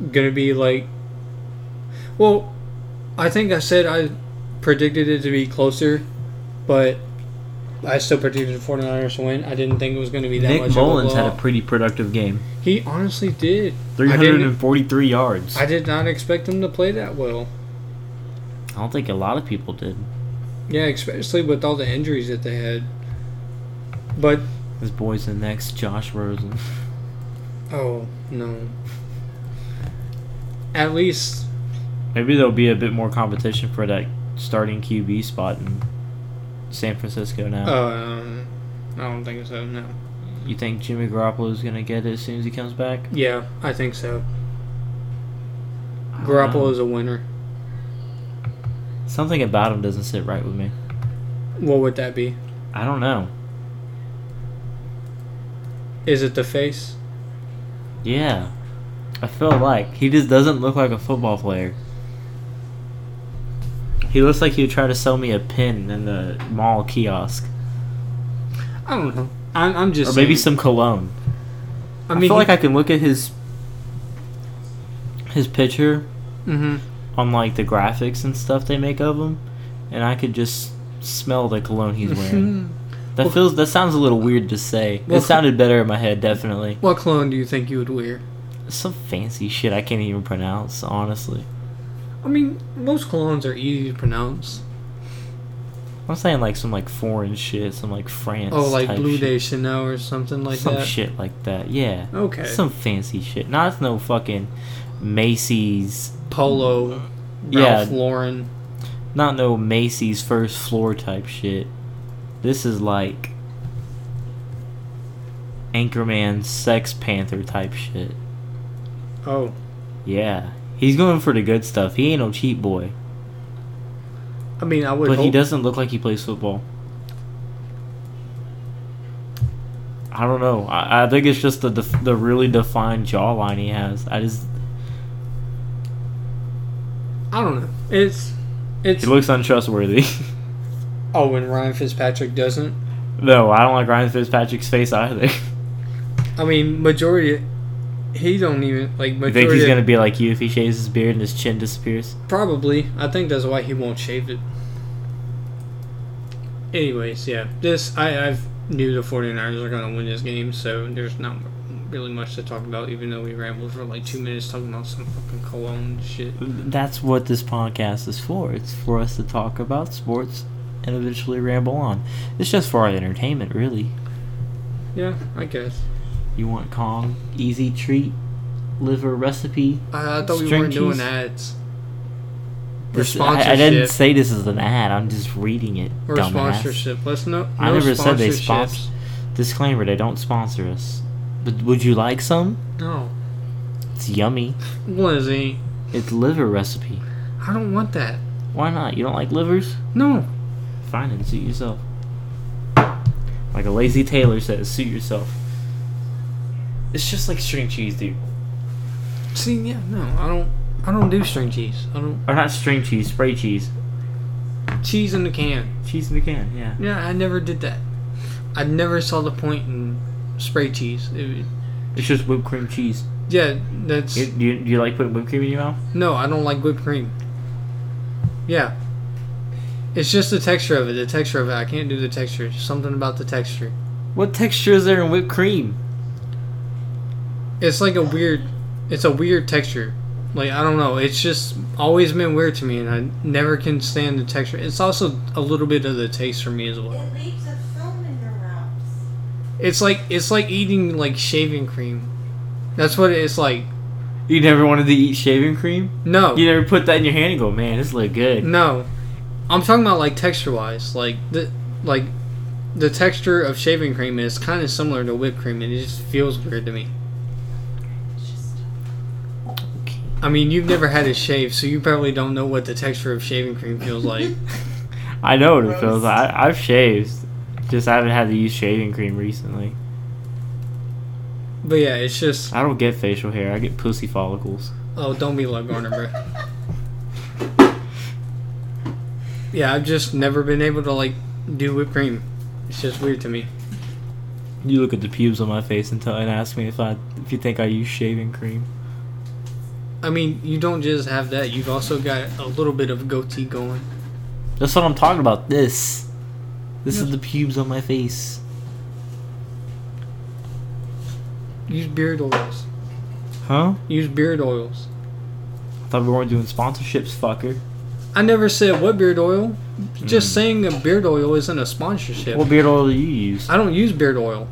[SPEAKER 2] going to be like Well, I think I said I predicted it to be closer, but I still predicted the 49ers to win. I didn't think it was going to be that
[SPEAKER 1] Nick
[SPEAKER 2] much of
[SPEAKER 1] Mullins
[SPEAKER 2] a
[SPEAKER 1] had a
[SPEAKER 2] blowout.
[SPEAKER 1] pretty productive game.
[SPEAKER 2] He honestly did. I didn't
[SPEAKER 1] 343 yards.
[SPEAKER 2] I did not expect him to play that well.
[SPEAKER 1] I don't think a lot of people did.
[SPEAKER 2] Yeah, especially with all the injuries that they had. But
[SPEAKER 1] This boy's the next Josh Rosen.
[SPEAKER 2] Oh no. At least
[SPEAKER 1] Maybe there'll be a bit more competition for that starting QB spot in San Francisco now.
[SPEAKER 2] um I don't think so, no.
[SPEAKER 1] you think Jimmy Garoppolo is going to get it as soon as he comes back?
[SPEAKER 2] Yeah, I think so.
[SPEAKER 1] I don't know.
[SPEAKER 2] Garoppolo's a winner.
[SPEAKER 1] Something about him doesn't sit right with me.
[SPEAKER 2] What would that be?
[SPEAKER 1] I don't know.
[SPEAKER 2] Is it the face?
[SPEAKER 1] Yeah. I feel like he just doesn't look like a football player. He looks like he would try to sell me a pin in the mall kiosk.
[SPEAKER 2] I don't know. I'm, I'm just
[SPEAKER 1] Or maybe
[SPEAKER 2] saying.
[SPEAKER 1] some cologne.
[SPEAKER 2] I
[SPEAKER 1] I,
[SPEAKER 2] mean,
[SPEAKER 1] feel like I can look at his his picture
[SPEAKER 2] hmm
[SPEAKER 1] on like the graphics and stuff they make of him, and I could just smell the cologne he's wearing. that feels that sounds a little weird to say.
[SPEAKER 2] Well,
[SPEAKER 1] It sounded better in my head, definitely.
[SPEAKER 2] What clone do you think you would wear?
[SPEAKER 1] Some fancy shit I can't even pronounce, honestly.
[SPEAKER 2] I mean, most clones are easy to pronounce.
[SPEAKER 1] I'm saying like some like foreign shit, some like France.
[SPEAKER 2] oh, like
[SPEAKER 1] type
[SPEAKER 2] Blue
[SPEAKER 1] shit.
[SPEAKER 2] Day Chanel or something like
[SPEAKER 1] some
[SPEAKER 2] that.
[SPEAKER 1] shit like that. Yeah.
[SPEAKER 2] Okay.
[SPEAKER 1] Some fancy shit. Not no fucking Macy's.
[SPEAKER 2] Polo, Ralph
[SPEAKER 1] Yeah.
[SPEAKER 2] Lauren.
[SPEAKER 1] Not no Macy's first floor type shit. This is like Anchorman Sex Panther type shit.
[SPEAKER 2] Oh,
[SPEAKER 1] Yeah. He's going for the good stuff. He ain't no cheap boy.
[SPEAKER 2] I mean, I would.
[SPEAKER 1] But he
[SPEAKER 2] hope-
[SPEAKER 1] doesn't look like he plays football. I don't know. I, I think it's just the def- the really defined jawline he has. I just
[SPEAKER 2] I don't know. It's, it's.
[SPEAKER 1] he looks untrustworthy.
[SPEAKER 2] Oh, when Ryan Fitzpatrick doesn't.
[SPEAKER 1] no, I don't like Ryan Fitzpatrick's face either. you
[SPEAKER 2] I mean, majority. He don't even like majority.
[SPEAKER 1] think he's gonna be like you if he shaves his beard and his chin disappears?
[SPEAKER 2] probably. I think that's why he won't shave it. Anyways, yeah, this I I've knew the 49ers are gonna win this game, so there's not really much to talk about. Even though we rambled for like two minutes talking about some fucking cologne shit.
[SPEAKER 1] That's what this podcast is for. It's for us to talk about sports and eventually ramble on. It's just for our entertainment, really.
[SPEAKER 2] Yeah, I guess.
[SPEAKER 1] You want Kong easy treat liver recipe?
[SPEAKER 2] I, I thought we
[SPEAKER 1] String
[SPEAKER 2] weren't doing
[SPEAKER 1] cheese?
[SPEAKER 2] ads. Or
[SPEAKER 1] This- I, I didn't
[SPEAKER 2] sponsorship.
[SPEAKER 1] say this is an ad. I'm just reading it.
[SPEAKER 2] Or
[SPEAKER 1] dumbass.
[SPEAKER 2] sponsorship. Let's no.
[SPEAKER 1] I
[SPEAKER 2] no
[SPEAKER 1] never said they
[SPEAKER 2] sponsorships.
[SPEAKER 1] sponsor. Disclaimer: They don't sponsor us. But would you like some?
[SPEAKER 2] No,
[SPEAKER 1] It's yummy.
[SPEAKER 2] Lizzie,
[SPEAKER 1] It's liver recipe.
[SPEAKER 2] I don't want that.
[SPEAKER 1] Why not? You don't like livers?
[SPEAKER 2] No,
[SPEAKER 1] Fine, and suit yourself. Like a lazy tailor says, suit yourself. It's just like string cheese, dude.
[SPEAKER 2] See, yeah, no, I don't. I don't do string cheese. I don't
[SPEAKER 1] Or not string cheese, spray cheese.
[SPEAKER 2] cheese in the can.
[SPEAKER 1] Cheese in the can, yeah.
[SPEAKER 2] Yeah, I never did that. I never saw the point in spray cheese. It-
[SPEAKER 1] It's just whipped cream cheese.
[SPEAKER 2] yeah, that's
[SPEAKER 1] You- do, you, do you like putting whipped cream in your mouth?
[SPEAKER 2] no. I don't like whipped cream. Yeah, it's just the texture of it. The texture of it. I can't do the texture. It's something about the texture.
[SPEAKER 1] What texture is there in whipped cream?
[SPEAKER 2] It's like a weird. It's a weird texture. Like I don't know, it's just always been weird to me, and I never can stand the texture. It's also a little bit of the taste for me as well.
[SPEAKER 3] It leaves a film in your mouth.
[SPEAKER 2] It's like it's like eating like shaving cream. That's what it's like.
[SPEAKER 1] You never wanted to eat shaving cream?
[SPEAKER 2] No,
[SPEAKER 1] You never put that in your hand and go, man, this look good.
[SPEAKER 2] no. I'm talking about like texture wise, like the like the texture of shaving cream is kind of similar to whipped cream, and it just feels weird to me.
[SPEAKER 3] It's just
[SPEAKER 2] I mean, you've never had a shave, so you probably don't know what the texture of shaving cream feels like.
[SPEAKER 1] I know what it feels like. I, I've shaved. Just haven't had to use shaving cream recently.
[SPEAKER 2] but yeah, it's just
[SPEAKER 1] I don't get facial hair. I get pussy follicles.
[SPEAKER 2] oh, don't be like Garner, bro. Yeah, I've just never been able to like do whipped cream. It's just weird to me.
[SPEAKER 1] You look at the pubes on my face and, tell, and ask me if I if you think I use shaving cream.
[SPEAKER 2] I mean, you don't just have that. You've also got a little bit of goatee going.
[SPEAKER 1] That's what I'm talking about. This. This is the pubes on my face.
[SPEAKER 2] Use beard oils.
[SPEAKER 1] Huh?
[SPEAKER 2] Use beard oils.
[SPEAKER 1] I thought we weren't doing sponsorships, fucker.
[SPEAKER 2] I never said what beard oil.
[SPEAKER 1] Mm.
[SPEAKER 2] Just saying a beard oil isn't a sponsorship.
[SPEAKER 1] What beard oil do you use?
[SPEAKER 2] I don't use beard oil.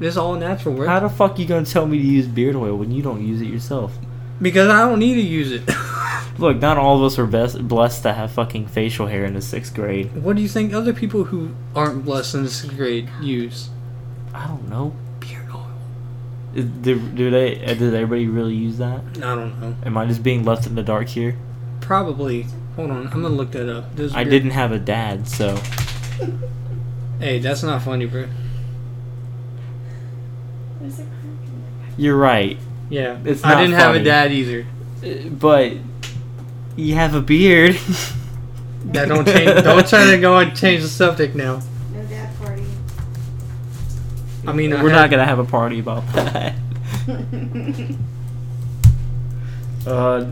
[SPEAKER 2] This all natural, bro.
[SPEAKER 1] How the fuck you gonna tell me to use beard oil when you don't use it yourself?
[SPEAKER 2] because I don't need to use it.
[SPEAKER 1] Look, not all of us are best blessed to have fucking facial hair in the sixth grade.
[SPEAKER 2] what do you think other people who aren't blessed in this grade use?
[SPEAKER 1] I don't know.
[SPEAKER 2] Beard oil.
[SPEAKER 1] Is- Did, do they? uh, Did everybody really use that?
[SPEAKER 2] I don't know.
[SPEAKER 1] Am I just being left in the dark here?
[SPEAKER 2] Probably. Hold on, I'm gonna look that up. This
[SPEAKER 1] I
[SPEAKER 2] beard-
[SPEAKER 1] didn't have a dad, so
[SPEAKER 2] Hey, that's not funny, bro.
[SPEAKER 3] There's a crack in your back.
[SPEAKER 1] you're right.
[SPEAKER 2] Yeah,
[SPEAKER 1] It's
[SPEAKER 2] I
[SPEAKER 1] not
[SPEAKER 2] didn't have a
[SPEAKER 1] funny.
[SPEAKER 2] dad either.
[SPEAKER 1] Uh, But you have a beard.
[SPEAKER 2] That don't change. don't try to go and change the subject now.
[SPEAKER 3] No dad party.
[SPEAKER 2] I mean, I
[SPEAKER 1] We're
[SPEAKER 2] had-
[SPEAKER 1] not gonna have a party about that. Uh,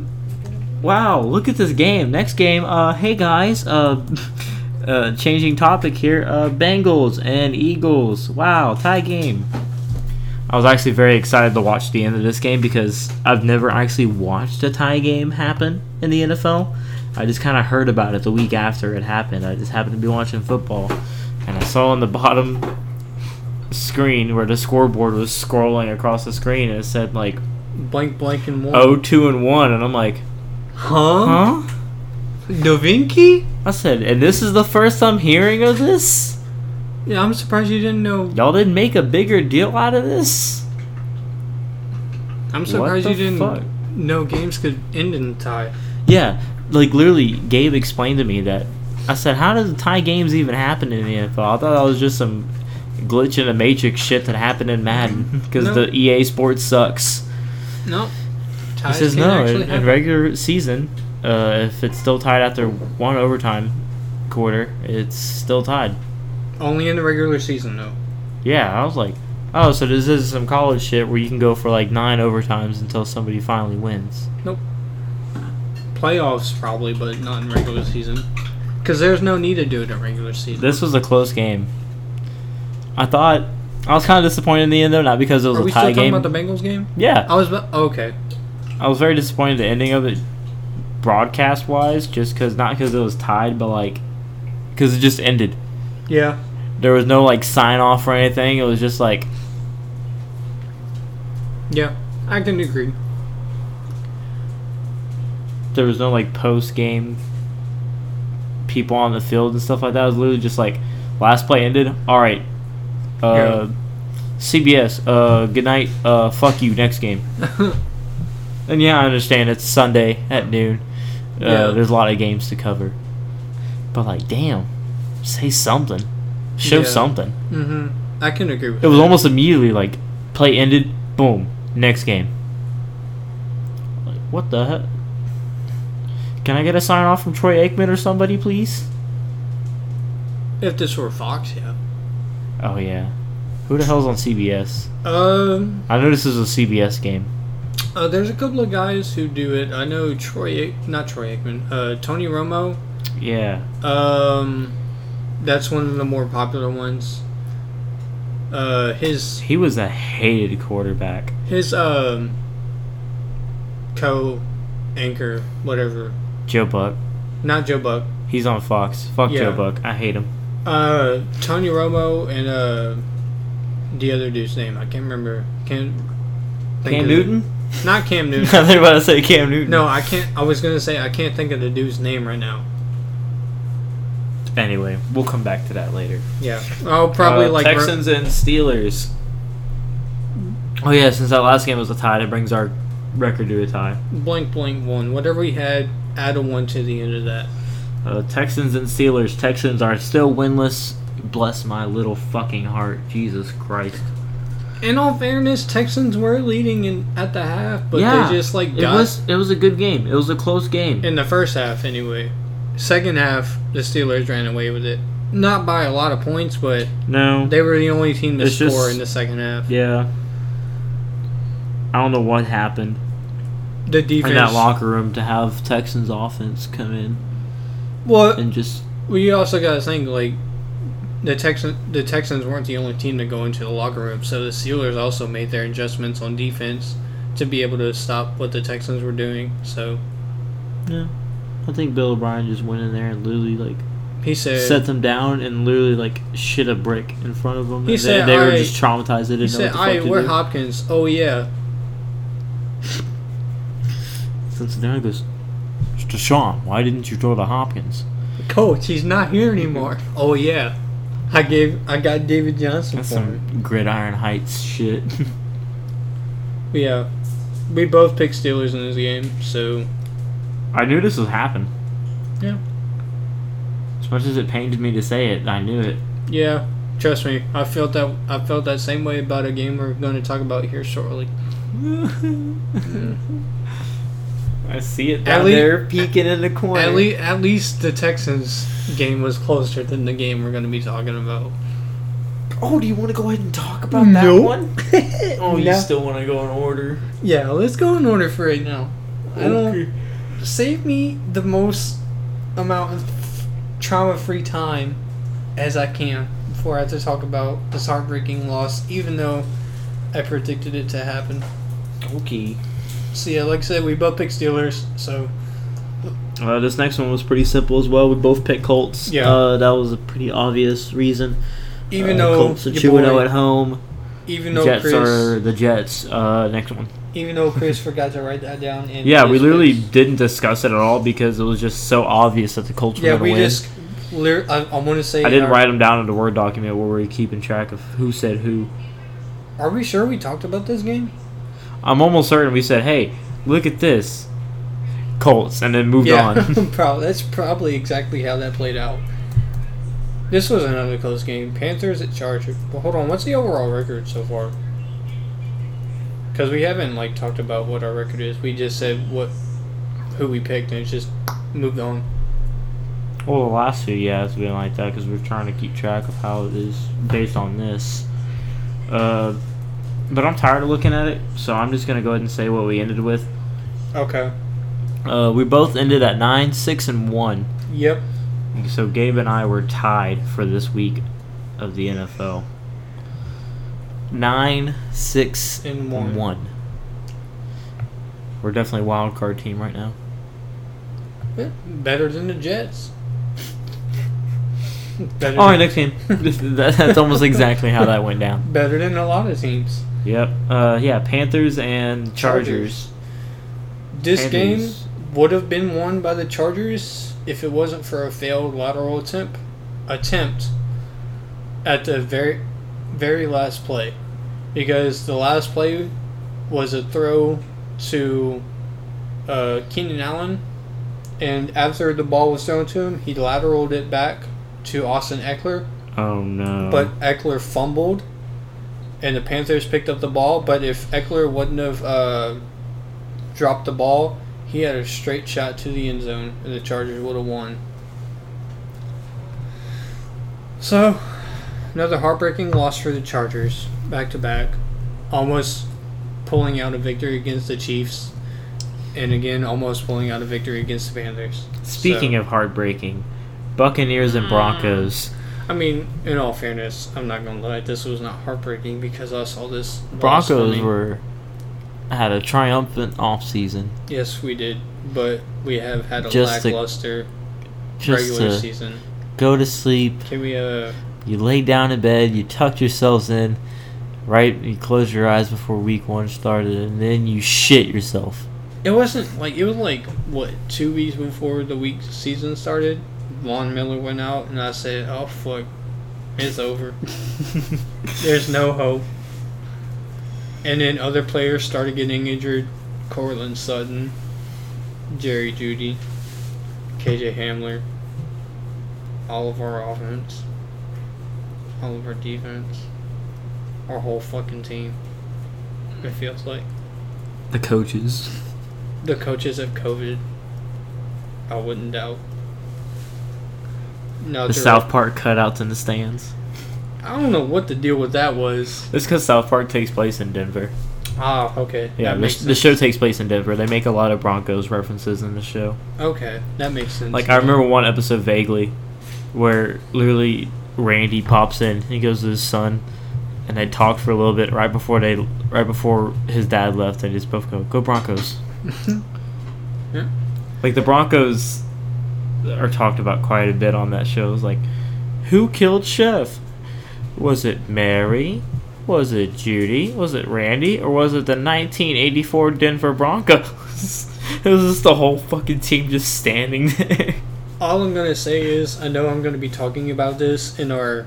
[SPEAKER 1] wow, look at this game. Next game, uh, hey guys, uh, uh, changing topic here, uh, Bengals and Eagles. Wow, tie game. I was actually very excited to watch the end of this game because I've never actually watched a tie game happen in the NFL. I just kind of heard about it the week after it happened. I just happened to be watching football and I saw on the bottom screen where the scoreboard was scrolling across the screen and it said like
[SPEAKER 2] blank, blank, and more.
[SPEAKER 1] 0 2 and 1 and I'm like,
[SPEAKER 2] huh?
[SPEAKER 1] Oh. "Huh?"
[SPEAKER 2] Novinky?
[SPEAKER 1] I said, and this is the first I'm hearing of this?
[SPEAKER 2] Yeah, I'm surprised you didn't know.
[SPEAKER 1] Y'all didn't make a bigger deal out of this?
[SPEAKER 2] I'm surprised
[SPEAKER 1] the
[SPEAKER 2] you didn't
[SPEAKER 1] fuck?
[SPEAKER 2] know games could end in a tie.
[SPEAKER 1] Yeah, like literally, Gabe explained to me that. I said, how does tie games even happen in the NFL? I thought that was just some glitch in the Matrix shit that happened in Madden because
[SPEAKER 2] No.
[SPEAKER 1] the EA Sports sucks.
[SPEAKER 2] No.
[SPEAKER 1] He
[SPEAKER 2] Ties
[SPEAKER 1] says
[SPEAKER 2] can't
[SPEAKER 1] no.
[SPEAKER 2] actually
[SPEAKER 1] In, in
[SPEAKER 2] happen.
[SPEAKER 1] regular season, uh, if it's still tied after one overtime quarter, it's still tied.
[SPEAKER 2] Only in the regular season, though.
[SPEAKER 1] Yeah, I was like, oh, so this is some college shit where you can go for like nine overtimes until somebody finally wins.
[SPEAKER 2] Playoffs, probably, but not in regular season. Because there's no need to do it in regular season.
[SPEAKER 1] This was a close game. I thought I was kind of disappointed in the end though, not because it was
[SPEAKER 2] Are
[SPEAKER 1] a
[SPEAKER 2] we still
[SPEAKER 1] tie
[SPEAKER 2] talking
[SPEAKER 1] game.
[SPEAKER 2] about the Oh. Bengals game?
[SPEAKER 1] yeah,
[SPEAKER 2] I was. about- Okay.
[SPEAKER 1] I was very disappointed the ending of it, broadcast wise, just because not because it was tied, but like because it just ended.
[SPEAKER 2] Yeah.
[SPEAKER 1] There was no like sign off or anything. It was just like
[SPEAKER 2] Yeah. I can agree.
[SPEAKER 1] there was no like post game people on the field and stuff like that. It was literally just like last play ended. All right, uh, CBS. Uh, good night. Uh, fuck you. Next game. and yeah, I understand it's Sunday at noon. Uh,
[SPEAKER 2] Yeah.
[SPEAKER 1] There's a lot of games to cover, but like, damn, say something, show
[SPEAKER 2] Yeah.
[SPEAKER 1] something.
[SPEAKER 2] Mm hmm. I can agree with
[SPEAKER 1] It was almost immediately like play ended. Boom. Next game. Like, what the heck? Can I get a sign off from Troy Aikman or somebody, please?
[SPEAKER 2] If this were Fox, yeah.
[SPEAKER 1] Oh yeah. Who the hell's on CBS?
[SPEAKER 2] Um.
[SPEAKER 1] I know this is a CBS game.
[SPEAKER 2] Uh, there's a couple of guys who do it. I know Troy, Aik- not Troy Aikman, uh, Tony Romo.
[SPEAKER 1] Yeah.
[SPEAKER 2] Um, that's one of the more popular ones. Uh, his
[SPEAKER 1] He was a hated quarterback.
[SPEAKER 2] his um co-anchor, whatever.
[SPEAKER 1] Joe Buck.
[SPEAKER 2] Not Joe Buck.
[SPEAKER 1] He's on Fox. Fuck
[SPEAKER 2] Yeah.
[SPEAKER 1] Joe Buck. I hate him.
[SPEAKER 2] Uh, Tony Romo and uh, the other dude's name. I can't remember. Can think
[SPEAKER 1] Cam
[SPEAKER 2] of the-
[SPEAKER 1] Newton?
[SPEAKER 2] Not Cam
[SPEAKER 1] I
[SPEAKER 2] Newton.
[SPEAKER 1] thought you were about to say Cam Newton.
[SPEAKER 2] no, I can't. I was gonna say I can't think of the dude's name right now.
[SPEAKER 1] Anyway, we'll come back to that later.
[SPEAKER 2] Yeah. Oh, probably
[SPEAKER 4] Uh,
[SPEAKER 2] like Ro-
[SPEAKER 4] Texans and Steelers.
[SPEAKER 1] Oh yeah, since that last game was a tie, that brings our record to a tie.
[SPEAKER 2] blank blank one. Whatever we had, add a one to the end of that.
[SPEAKER 1] Uh, Texans and Steelers. Texans are still winless. Bless my little fucking heart, Jesus Christ!
[SPEAKER 2] In all fairness, Texans were leading in at the half, but
[SPEAKER 1] yeah,
[SPEAKER 2] they just like
[SPEAKER 1] it
[SPEAKER 2] got
[SPEAKER 1] was. It was a good game. It was a close game.
[SPEAKER 2] in the first half anyway. Second half, the Steelers ran away with it. Not by a lot of points, but
[SPEAKER 1] no,
[SPEAKER 2] they were the only team to
[SPEAKER 1] It's
[SPEAKER 2] score
[SPEAKER 1] just-
[SPEAKER 2] in the second half.
[SPEAKER 1] yeah. I don't know what happened
[SPEAKER 2] The defense.
[SPEAKER 1] in that locker room to have Texans offense come in
[SPEAKER 2] Well,
[SPEAKER 1] and just
[SPEAKER 2] we also got to think like the Texan the Texans weren't the only team to go into the locker room, so the Steelers also made their adjustments on defense to be able to stop what the Texans were doing. So
[SPEAKER 1] yeah. I think Bill O'Brien just went in there and literally like
[SPEAKER 2] he said
[SPEAKER 1] set them down and literally like shit a brick in front of them.
[SPEAKER 2] He
[SPEAKER 1] and
[SPEAKER 2] said,
[SPEAKER 1] they, they were
[SPEAKER 2] "Alright."
[SPEAKER 1] just traumatized. They
[SPEAKER 2] he
[SPEAKER 1] didn't know
[SPEAKER 2] said,
[SPEAKER 1] what the
[SPEAKER 2] "I
[SPEAKER 1] fuck to
[SPEAKER 2] we're
[SPEAKER 1] do."
[SPEAKER 2] Hopkins. Oh yeah,
[SPEAKER 1] Cincinnati goes, Deshaun, why didn't you throw to Hopkins?
[SPEAKER 2] coach, he's not here anymore. oh yeah, I gave I got David Johnson
[SPEAKER 1] That's
[SPEAKER 2] for him.
[SPEAKER 1] some gridiron heights shit.
[SPEAKER 2] Yeah, we both picked Steelers in this game, so
[SPEAKER 1] I knew this would happen.
[SPEAKER 2] Yeah.
[SPEAKER 1] As much as it pained me to say it, I knew it.
[SPEAKER 2] yeah. Trust me, I felt that I felt that same way about a game we're going to talk about here shortly.
[SPEAKER 1] I see it
[SPEAKER 2] down least- there
[SPEAKER 1] peeking in the corner.
[SPEAKER 2] At least, at least the Texans game was closer than the game we're going to be talking about.
[SPEAKER 1] oh, do you want to go ahead and talk
[SPEAKER 2] about that Nope. one?
[SPEAKER 4] Oh, you
[SPEAKER 2] No.
[SPEAKER 4] still want to go in order?
[SPEAKER 2] Yeah, let's go in order for right now. I
[SPEAKER 4] Okay.
[SPEAKER 2] don't save me the most amount of trauma-free time as I can before I have to talk about this heartbreaking loss, even though I predicted it to happen.
[SPEAKER 4] Okay.
[SPEAKER 2] So yeah, like I said, we both picked Steelers, so
[SPEAKER 1] Uh, this next one was pretty simple as well. We both picked Colts.
[SPEAKER 2] Yeah.
[SPEAKER 1] Uh, that was a pretty obvious reason.
[SPEAKER 2] even
[SPEAKER 1] Uh,
[SPEAKER 2] though
[SPEAKER 1] Colts are
[SPEAKER 2] your
[SPEAKER 1] 2 0
[SPEAKER 2] boy-
[SPEAKER 1] at home.
[SPEAKER 2] even though
[SPEAKER 1] Jets
[SPEAKER 2] Chris,
[SPEAKER 1] are the Jets. Uh, next one.
[SPEAKER 2] even though Chris forgot to write that down, and
[SPEAKER 1] Yeah, we
[SPEAKER 2] just
[SPEAKER 1] literally
[SPEAKER 2] picked-
[SPEAKER 1] didn't discuss it at all because it was just so obvious that the Colts were
[SPEAKER 2] yeah,
[SPEAKER 1] going to
[SPEAKER 2] we
[SPEAKER 1] win.
[SPEAKER 2] just. lir- I, I want to say uh,
[SPEAKER 1] I didn't
[SPEAKER 2] our-
[SPEAKER 1] write them down in the Word document where we we're keeping track of who said who.
[SPEAKER 2] Are we sure we talked about this game?
[SPEAKER 1] I'm almost certain we said, "Hey, look at this, Colts," and then moved on.
[SPEAKER 2] probably that's probably exactly how that played out. This was another close game. Panthers at Chargers. But hold on, what's the overall record so far? Because we haven't like talked about what our record is. We just said what who we picked and it's just moved on.
[SPEAKER 1] well, the last few, yeah, it's been like that because we're trying to keep track of how it is based on this. Uh, but I'm tired of looking at it, so I'm just gonna go ahead and say what we ended with.
[SPEAKER 2] Okay.
[SPEAKER 1] Uh, we both ended at nine, six, and one.
[SPEAKER 2] Yep.
[SPEAKER 1] So Gabe and I were tied for this week of the NFL. Nine, six,
[SPEAKER 2] And one.
[SPEAKER 1] one. We're definitely a wild card team right now.
[SPEAKER 2] Yeah, Better than the Jets. Better
[SPEAKER 1] All right,
[SPEAKER 2] than,
[SPEAKER 1] next game. That- That's almost exactly how that went down.
[SPEAKER 2] better than a lot of teams.
[SPEAKER 1] Yep. Uh, yeah, Panthers and Chargers.
[SPEAKER 2] This game
[SPEAKER 1] Panthers.
[SPEAKER 2] would have been won by the Chargers if it wasn't for a failed lateral attempt attempt at the very very last play. Because the last play was a throw to uh, Keenan Allen and after the ball was thrown to him, he lateraled it back to Austin Eckler
[SPEAKER 1] Oh no.
[SPEAKER 2] but Eckler fumbled, and the Panthers picked up the ball. But if Eckler wouldn't have uh, dropped the ball, he had a straight shot to the end zone, and the Chargers would have won. So, another heartbreaking loss for the Chargers, back to back, almost pulling out a victory against the Chiefs, and again almost pulling out a victory against the Panthers.
[SPEAKER 1] speaking
[SPEAKER 2] So-
[SPEAKER 1] of heartbreaking, Buccaneers and Broncos.
[SPEAKER 2] I mean, in all fairness, I'm not gonna lie, this was not heartbreaking because I saw this. loss
[SPEAKER 1] Broncos
[SPEAKER 2] coming.
[SPEAKER 1] were had a triumphant offseason.
[SPEAKER 2] Yes, we did, but we have had a
[SPEAKER 1] Just to-
[SPEAKER 2] lackluster
[SPEAKER 1] Just
[SPEAKER 2] regular
[SPEAKER 1] to
[SPEAKER 2] season.
[SPEAKER 1] go to sleep.
[SPEAKER 2] Can we uh
[SPEAKER 1] You lay down in bed. You tuck yourselves in. Right, you close your eyes before week one started, and then you shit yourself.
[SPEAKER 2] It wasn't like it was like what two weeks before the week season started. Lon Miller went out, and I said, "Oh fuck, it's over. There's no hope." And then other players started getting injured: Cortland Sutton, Jerry Judy, KJ Hamler, all of our offense, all of our defense, our whole fucking team. It feels like
[SPEAKER 1] The coaches.
[SPEAKER 2] the coaches have COVID. I wouldn't doubt. No,
[SPEAKER 1] The South Park cutouts in the stands.
[SPEAKER 2] I don't know what the deal with that was.
[SPEAKER 1] It's because South Park takes place in Denver.
[SPEAKER 2] Ah, okay.
[SPEAKER 1] Yeah,
[SPEAKER 2] that
[SPEAKER 1] the,
[SPEAKER 2] makes
[SPEAKER 1] the
[SPEAKER 2] sense.
[SPEAKER 1] show takes place in Denver. They make a lot of Broncos references in the show.
[SPEAKER 2] Okay, that makes sense.
[SPEAKER 1] Like I remember one episode vaguely, where literally Randy pops in. He goes to his son, and they talk for a little bit right before they right before his dad left. They just both go go Broncos.
[SPEAKER 2] Yeah.
[SPEAKER 1] Like the Broncos are talked about quite a bit on that show. It's like, who killed Chef? Was it Mary? Was it Judy? Was it Randy? Or was it the 1984 Denver Broncos? it was just the whole fucking team just standing there.
[SPEAKER 2] All I'm gonna say is I know I'm gonna be talking about this in our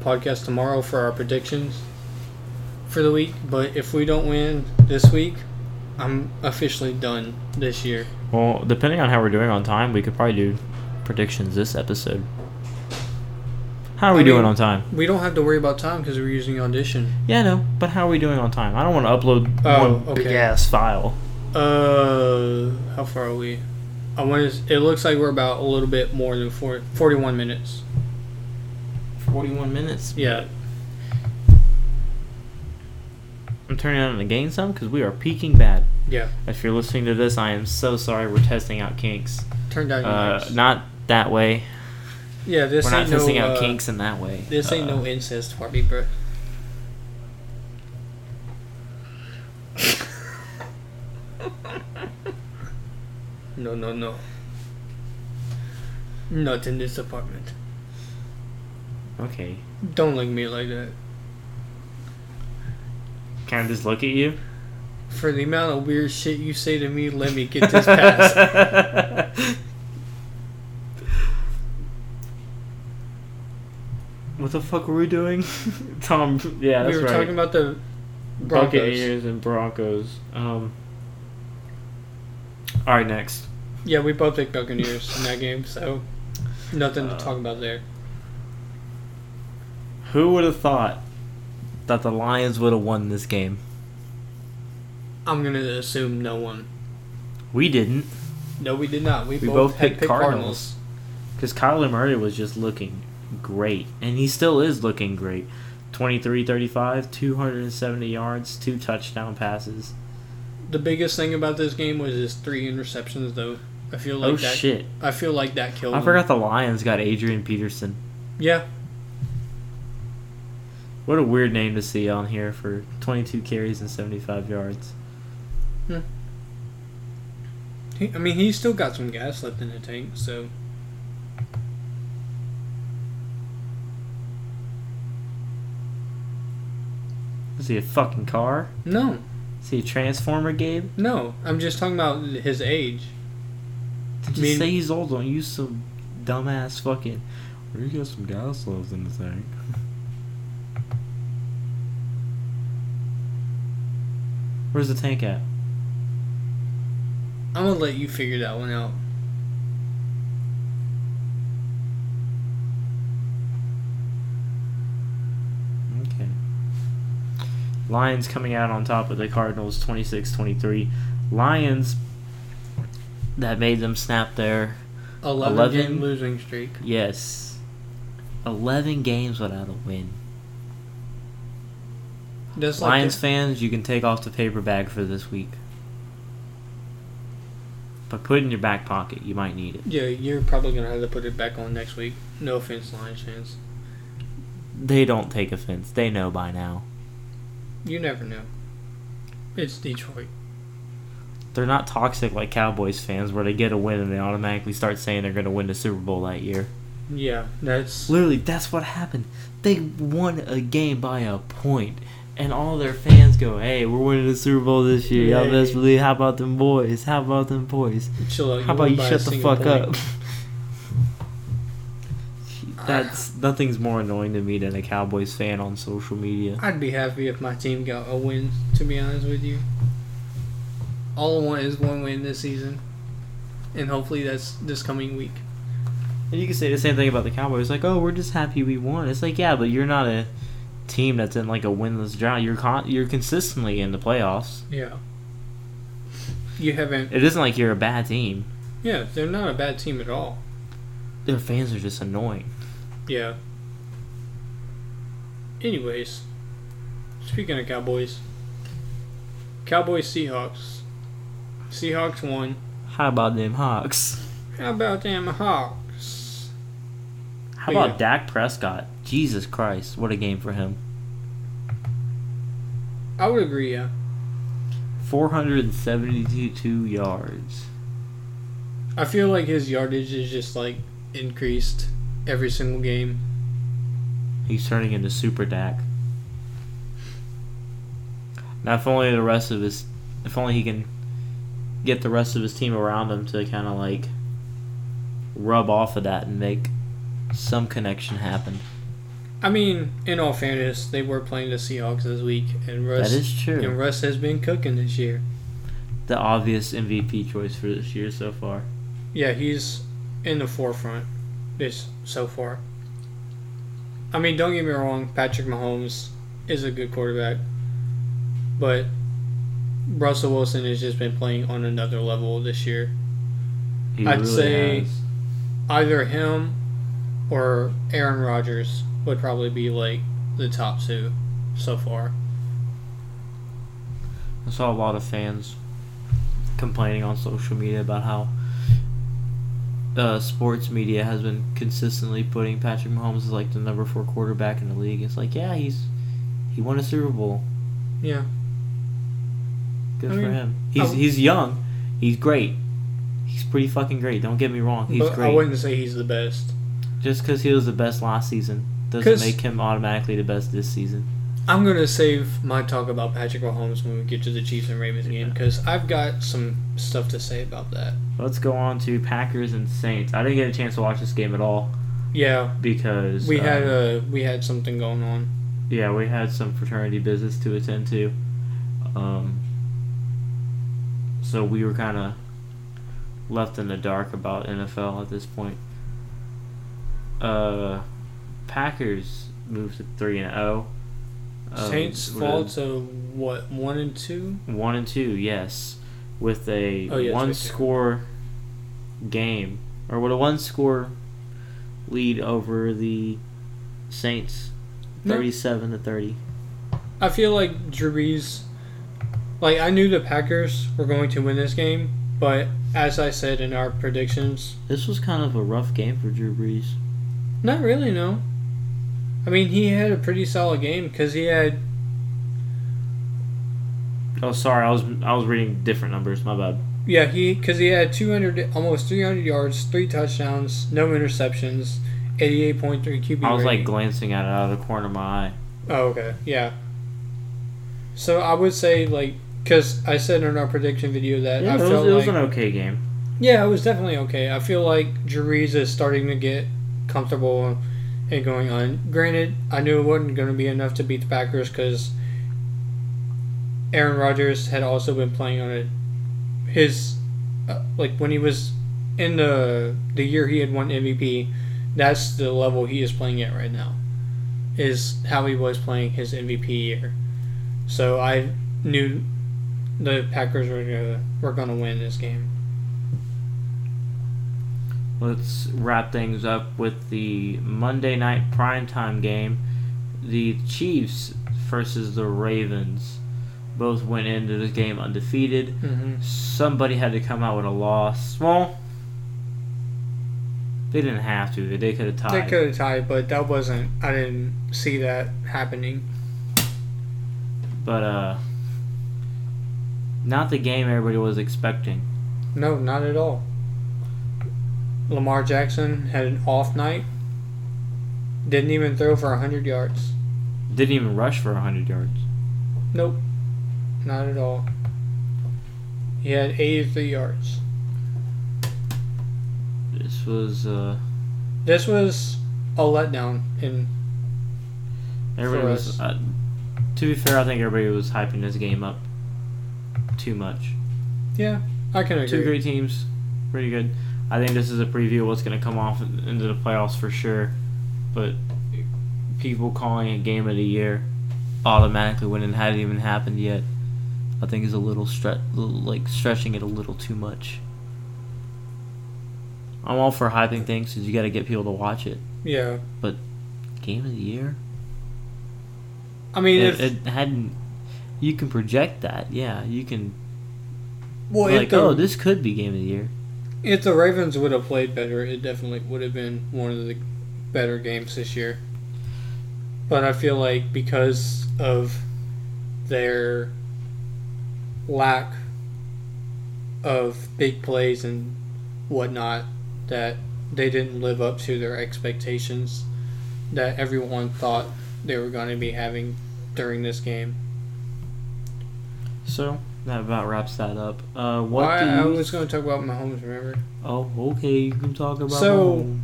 [SPEAKER 2] podcast tomorrow for our predictions for the week. But if we don't win this week, I'm officially done this year.
[SPEAKER 1] Well, depending on how we're doing on time, we could probably do predictions this episode. How are we
[SPEAKER 2] I
[SPEAKER 1] doing
[SPEAKER 2] mean-
[SPEAKER 1] on time?
[SPEAKER 2] We don't have to worry about time because we're using audition.
[SPEAKER 1] Yeah, no, but how are we doing on time? I don't want to upload
[SPEAKER 2] Oh,
[SPEAKER 1] one
[SPEAKER 2] okay.
[SPEAKER 1] big ass file.
[SPEAKER 2] Uh, how far are we? I want to. It looks like we're about a little bit more than four, 41 minutes.
[SPEAKER 1] 41 minutes.
[SPEAKER 2] Yeah,
[SPEAKER 1] I'm turning on the gain some because we are peaking bad.
[SPEAKER 2] yeah.
[SPEAKER 1] If you're listening to this, I am so sorry. We're testing out kinks.
[SPEAKER 2] Turn down your
[SPEAKER 1] Uh,
[SPEAKER 2] lights.
[SPEAKER 1] not that way.
[SPEAKER 2] yeah, this
[SPEAKER 1] we're not
[SPEAKER 2] ain't no.
[SPEAKER 1] testing out
[SPEAKER 2] uh,
[SPEAKER 1] kinks in that way.
[SPEAKER 2] This ain't
[SPEAKER 1] Uh,
[SPEAKER 2] no incest party, bro. no, no, no. Not in this apartment.
[SPEAKER 1] Okay.
[SPEAKER 2] Don't look at me like that.
[SPEAKER 1] Can I just look at you?
[SPEAKER 2] For the amount of weird shit you say to me, let me get this passed.
[SPEAKER 1] what the fuck were we doing? Tom. Yeah, that's
[SPEAKER 2] we were
[SPEAKER 1] right.
[SPEAKER 2] talking about the Broncos.
[SPEAKER 1] Buccaneers and Broncos. Um. All right, next.
[SPEAKER 2] Yeah, we both picked Buccaneers in that game, so nothing
[SPEAKER 1] Uh,
[SPEAKER 2] to talk about there.
[SPEAKER 1] Who would have thought that the Lions would have won this game?
[SPEAKER 2] I'm gonna assume no one.
[SPEAKER 1] We didn't,
[SPEAKER 2] No, we did not. We,
[SPEAKER 1] We
[SPEAKER 2] both,
[SPEAKER 1] both
[SPEAKER 2] had
[SPEAKER 1] picked Cardinals. because Kyler Murray was just looking great, and he still is looking great. 23 35, 270 yards, two touchdown passes.
[SPEAKER 2] The biggest thing about this game was his three interceptions, though. I feel like
[SPEAKER 1] oh,
[SPEAKER 2] that.
[SPEAKER 1] shit.
[SPEAKER 2] I feel like that killed.
[SPEAKER 1] I
[SPEAKER 2] him.
[SPEAKER 1] forgot the Lions got Adrian Peterson.
[SPEAKER 2] Yeah,
[SPEAKER 1] What a weird name to see on here for 22 carries and 75 yards.
[SPEAKER 2] he, I mean, he's still got some gas left in the tank, so
[SPEAKER 1] Is he a fucking car?
[SPEAKER 2] no,
[SPEAKER 1] Is he a transformer, Gabe?
[SPEAKER 2] no. I'm just talking about his age.
[SPEAKER 1] Just
[SPEAKER 2] mean-
[SPEAKER 1] say he's old. Don't use some dumbass fucking. You got some gas left in the tank. Where's the tank at?
[SPEAKER 2] I'm gonna let you figure that one out.
[SPEAKER 1] Okay. Lions coming out on top of the Cardinals 26 23. Lions that made them snap their,
[SPEAKER 2] 11,
[SPEAKER 1] 11?
[SPEAKER 2] game losing streak.
[SPEAKER 1] yes, 11 games without a win.
[SPEAKER 2] That's like
[SPEAKER 1] Lions
[SPEAKER 2] the-
[SPEAKER 1] fans, you can take off the paper bag for this week. But put it in your back pocket. You might need it.
[SPEAKER 2] Yeah, you're probably gonna have to put it back on next week. No offense, Lions fans.
[SPEAKER 1] They don't take offense. They know by now.
[SPEAKER 2] You never know. It's Detroit.
[SPEAKER 1] They're not toxic like Cowboys fans, where they get a win and they automatically start saying they're going to win the Super Bowl that year.
[SPEAKER 2] Yeah, that's
[SPEAKER 1] Literally, that's what happened. They won a game by a point, and all their fans go, "Hey, we're winning the Super Bowl this year. Y'all best
[SPEAKER 2] Yay.
[SPEAKER 1] believe. How about them boys? How about them boys?
[SPEAKER 2] chill out.
[SPEAKER 1] How about
[SPEAKER 2] won
[SPEAKER 1] you
[SPEAKER 2] by a
[SPEAKER 1] shut the
[SPEAKER 2] single
[SPEAKER 1] fuck
[SPEAKER 2] point.
[SPEAKER 1] up?" That's nothing's more annoying to me than a Cowboys fan on social media.
[SPEAKER 2] I'd be happy if my team got a win. To be honest with you, all I want is one win this season, and hopefully that's this coming week.
[SPEAKER 1] And you can say the same thing about the Cowboys. Like, oh, we're just happy we won. It's like, yeah, but you're not a team that's in like a winless drought. You're con- you're consistently in the playoffs.
[SPEAKER 2] Yeah. You haven't.
[SPEAKER 1] It isn't like you're a bad team.
[SPEAKER 2] Yeah, they're not a bad team at all.
[SPEAKER 1] Their fans are just annoying.
[SPEAKER 2] Yeah. Anyways, speaking of Cowboys, Cowboys Seahawks. Seahawks won.
[SPEAKER 1] How about them Hawks?
[SPEAKER 2] How about them Hawks?
[SPEAKER 1] How
[SPEAKER 2] Yeah.
[SPEAKER 1] about Dak Prescott? Jesus Christ, what a game for him.
[SPEAKER 2] I would agree. Yeah.
[SPEAKER 1] 472 yards.
[SPEAKER 2] I feel like his yardage is just like increased every single game.
[SPEAKER 1] He's turning into Super Dak. Now, if only the rest of his. If only he can get the rest of his team around him to kind of like rub off of that and make some connection happen.
[SPEAKER 2] I mean, in all fairness, they were playing the Seahawks this week, and Russ
[SPEAKER 1] that is
[SPEAKER 2] and
[SPEAKER 1] true.
[SPEAKER 2] Russ has been cooking this year.
[SPEAKER 1] The obvious MVP choice for this year so far.
[SPEAKER 2] Yeah, he's in the forefront this so far. I mean, don't get me wrong, Patrick Mahomes is a good quarterback, but Russell Wilson has just been playing on another level this year.
[SPEAKER 1] He
[SPEAKER 2] I'd say-
[SPEAKER 1] has.
[SPEAKER 2] Either him or Aaron Rodgers would probably be like the top two so far.
[SPEAKER 1] I saw a lot of fans complaining on social media about how uh, sports media has been consistently putting Patrick Mahomes as like the number four quarterback in the league. It's like, yeah, he's he won a Super Bowl.
[SPEAKER 2] Yeah,
[SPEAKER 1] Good
[SPEAKER 2] I
[SPEAKER 1] for
[SPEAKER 2] mean,
[SPEAKER 1] him. He's
[SPEAKER 2] I-
[SPEAKER 1] he's young. He's great. He's pretty fucking great. Don't get me wrong. He's
[SPEAKER 2] but I
[SPEAKER 1] great.
[SPEAKER 2] wouldn't say he's the best.
[SPEAKER 1] Just because he was the best last season
[SPEAKER 2] 'Cause-
[SPEAKER 1] doesn't make him automatically the best this season.
[SPEAKER 2] I'm gonna save my talk about Patrick Mahomes when we get to the Chiefs and Ravens game because I've got some stuff to say about that.
[SPEAKER 1] Let's go on to Packers and Saints. I didn't get a chance to watch this game at all
[SPEAKER 2] Yeah,
[SPEAKER 1] because
[SPEAKER 2] we
[SPEAKER 1] um,
[SPEAKER 2] had uh we had something going on.
[SPEAKER 1] Yeah, we had some fraternity business to attend to. Um, so we were kind of left in the dark about NFL at this point. Uh, Packers moved to 3 and 0. Um,
[SPEAKER 2] Saints
[SPEAKER 1] with
[SPEAKER 2] fall
[SPEAKER 1] a
[SPEAKER 2] to what one and two?
[SPEAKER 1] 1 and 2, yes. With a
[SPEAKER 2] Oh, yeah, it's right there.
[SPEAKER 1] one score game, or with a one score lead over the Saints,
[SPEAKER 2] No.
[SPEAKER 1] 37 to 30.
[SPEAKER 2] I feel like Drew Brees. Like I knew the Packers were going to win this game, but as I said in our predictions,
[SPEAKER 1] This was kind of a rough game for Drew Brees.
[SPEAKER 2] not really. No, I mean he had a pretty solid game because he had
[SPEAKER 1] Oh, sorry, I was I was reading different numbers. My bad.
[SPEAKER 2] Yeah, he because he had 200, almost 300 yards, three touchdowns, no interceptions, 88.3 QB.
[SPEAKER 1] I was like
[SPEAKER 2] rating.
[SPEAKER 1] glancing at it out of the corner of my eye.
[SPEAKER 2] oh okay, yeah. So I would say like because I said in our prediction video that
[SPEAKER 1] Yeah,
[SPEAKER 2] I
[SPEAKER 1] it was,
[SPEAKER 2] felt
[SPEAKER 1] it was
[SPEAKER 2] like
[SPEAKER 1] an okay game.
[SPEAKER 2] yeah, it was definitely okay. I feel like Jerez is starting to get comfortable and going on. Granted, I knew it wasn't going to be enough to beat the Packers because Aaron Rodgers had also been playing on a his uh, like when he was in the the year he had won MVP. That's the level he is playing at right now. Is how he was playing his MVP year. So I knew the Packers were gonna, were going to win this game.
[SPEAKER 1] Let's wrap things up with the Monday night primetime game. The Chiefs versus the Ravens. Both went into this game undefeated.
[SPEAKER 2] hmm
[SPEAKER 1] Somebody had to come out with a loss. Well, they didn't have to. They could have tied.
[SPEAKER 2] They could have tied, but that wasn't. I didn't see that happening.
[SPEAKER 1] But uh Not the game everybody was expecting.
[SPEAKER 2] No, not at all. Lamar Jackson had an off night. Didn't even throw for 100 yards.
[SPEAKER 1] Didn't even rush for 100 yards.
[SPEAKER 2] Nope. Not at all. He had 83 yards.
[SPEAKER 1] This was, uh,
[SPEAKER 2] This was a letdown in
[SPEAKER 1] everybody
[SPEAKER 2] For
[SPEAKER 1] was,
[SPEAKER 2] us.
[SPEAKER 1] uh, to be fair, I think everybody was hyping this game up too much.
[SPEAKER 2] yeah, I can agree.
[SPEAKER 1] Two great teams, pretty good. I think this is a preview of what's going to come off in- into the playoffs for sure. But people calling a game of the year automatically when it hadn't even happened yet, I think is a little stre- little, like stretching it a little too much. I'm all for hyping things because you got to get people to watch it.
[SPEAKER 2] Yeah.
[SPEAKER 1] Game of the year?
[SPEAKER 2] I mean, if,
[SPEAKER 1] It, it hadn't. You can project that, yeah. You can
[SPEAKER 2] well, if,
[SPEAKER 1] like,
[SPEAKER 2] the,
[SPEAKER 1] oh, this could be game of the year.
[SPEAKER 2] if the Ravens would have played better, it definitely would have been one of the better games this year. But I feel like because of their lack of big plays and whatnot, that they didn't live up to their expectations that everyone thought they were going to be having during this game.
[SPEAKER 1] So that about wraps that up. Uh, what
[SPEAKER 2] Well, I,
[SPEAKER 1] do you?
[SPEAKER 2] I was going to talk about Mahomes, remember?
[SPEAKER 1] Oh, okay. You can talk about.
[SPEAKER 2] So-
[SPEAKER 1] Mahomes.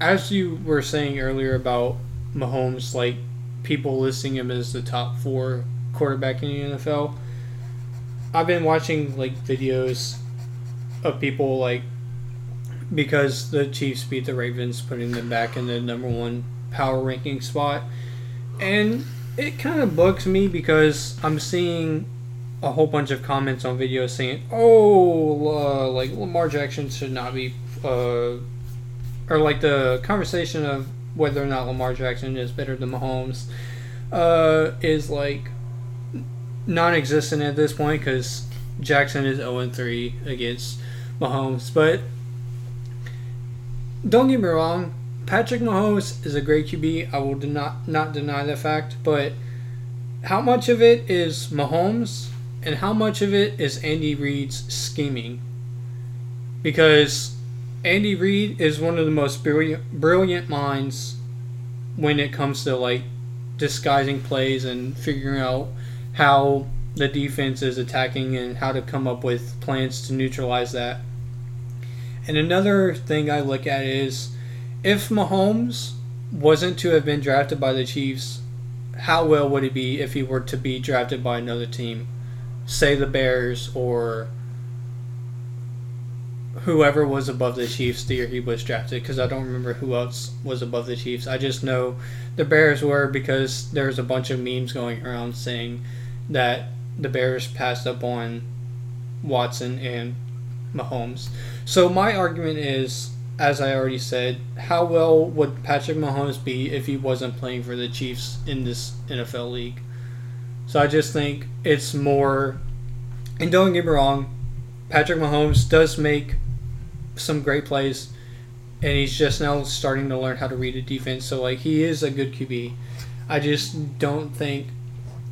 [SPEAKER 2] as you were saying earlier about Mahomes, like people listing him as the top four quarterback in the NFL, I've been watching like videos of people like because the Chiefs beat the Ravens, putting them back in the number one power ranking spot, and it kind of bugs me because I'm seeing a whole bunch of comments on videos saying, "Oh, uh, like Lamar Jackson should not be." Uh, or like the conversation of whether or not Lamar Jackson is better than Mahomes uh, is like non-existent at this point because Jackson is 0-3 against Mahomes. But don't get me wrong, Patrick Mahomes is a great QB. I will do not not deny the fact, but how much of it is Mahomes and how much of it is Andy Reid's scheming? Because Andy Reid is one of the most brilliant, brilliant minds when it comes to like disguising plays and figuring out how the defense is attacking and how to come up with plans to neutralize that. And another thing I look at is if Mahomes wasn't to have been drafted by the Chiefs, how well would he be if he were to be drafted by another team, say the Bears or whoever was above the Chiefs the year he was drafted because I don't remember who else was above the Chiefs. I just know the Bears were because there's a bunch of memes going around saying that the Bears passed up on Watson and Mahomes. So my argument is, as I already said, how well would Patrick Mahomes be if he wasn't playing for the Chiefs in this NFL league? So I just think it's more. And don't get me wrong, Patrick Mahomes does make some great plays, and he's just now starting to learn how to read a defense. So like he is a good QB. I just don't think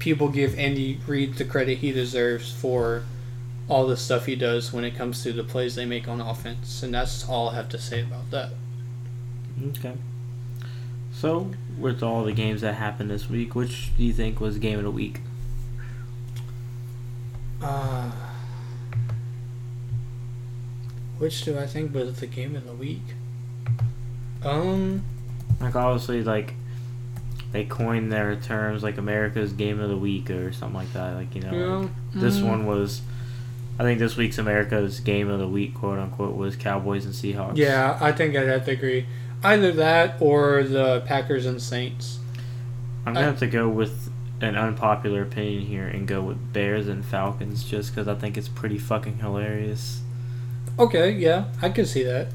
[SPEAKER 2] people give Andy Reid the credit he deserves for all the stuff he does when it comes to the plays they make on offense, and that's all I have to say about that.
[SPEAKER 1] Okay. So with all the games that happened this week, which do you think was game of the week?
[SPEAKER 2] Uh, which do I think was the game of the week? Um,
[SPEAKER 1] Like obviously, like they coined their terms like America's game of the week or something like that. Like you know, like, this
[SPEAKER 2] mm, Mm-hmm.
[SPEAKER 1] one was. I think this week's America's game of the week, quote unquote, was Cowboys and Seahawks.
[SPEAKER 2] Yeah, I think I'd have to agree. Either that or the Packers and Saints.
[SPEAKER 1] I'm gonna have to go with an unpopular opinion here and go with Bears and Falcons just because I think it's pretty fucking hilarious.
[SPEAKER 2] Okay, yeah, I can see that.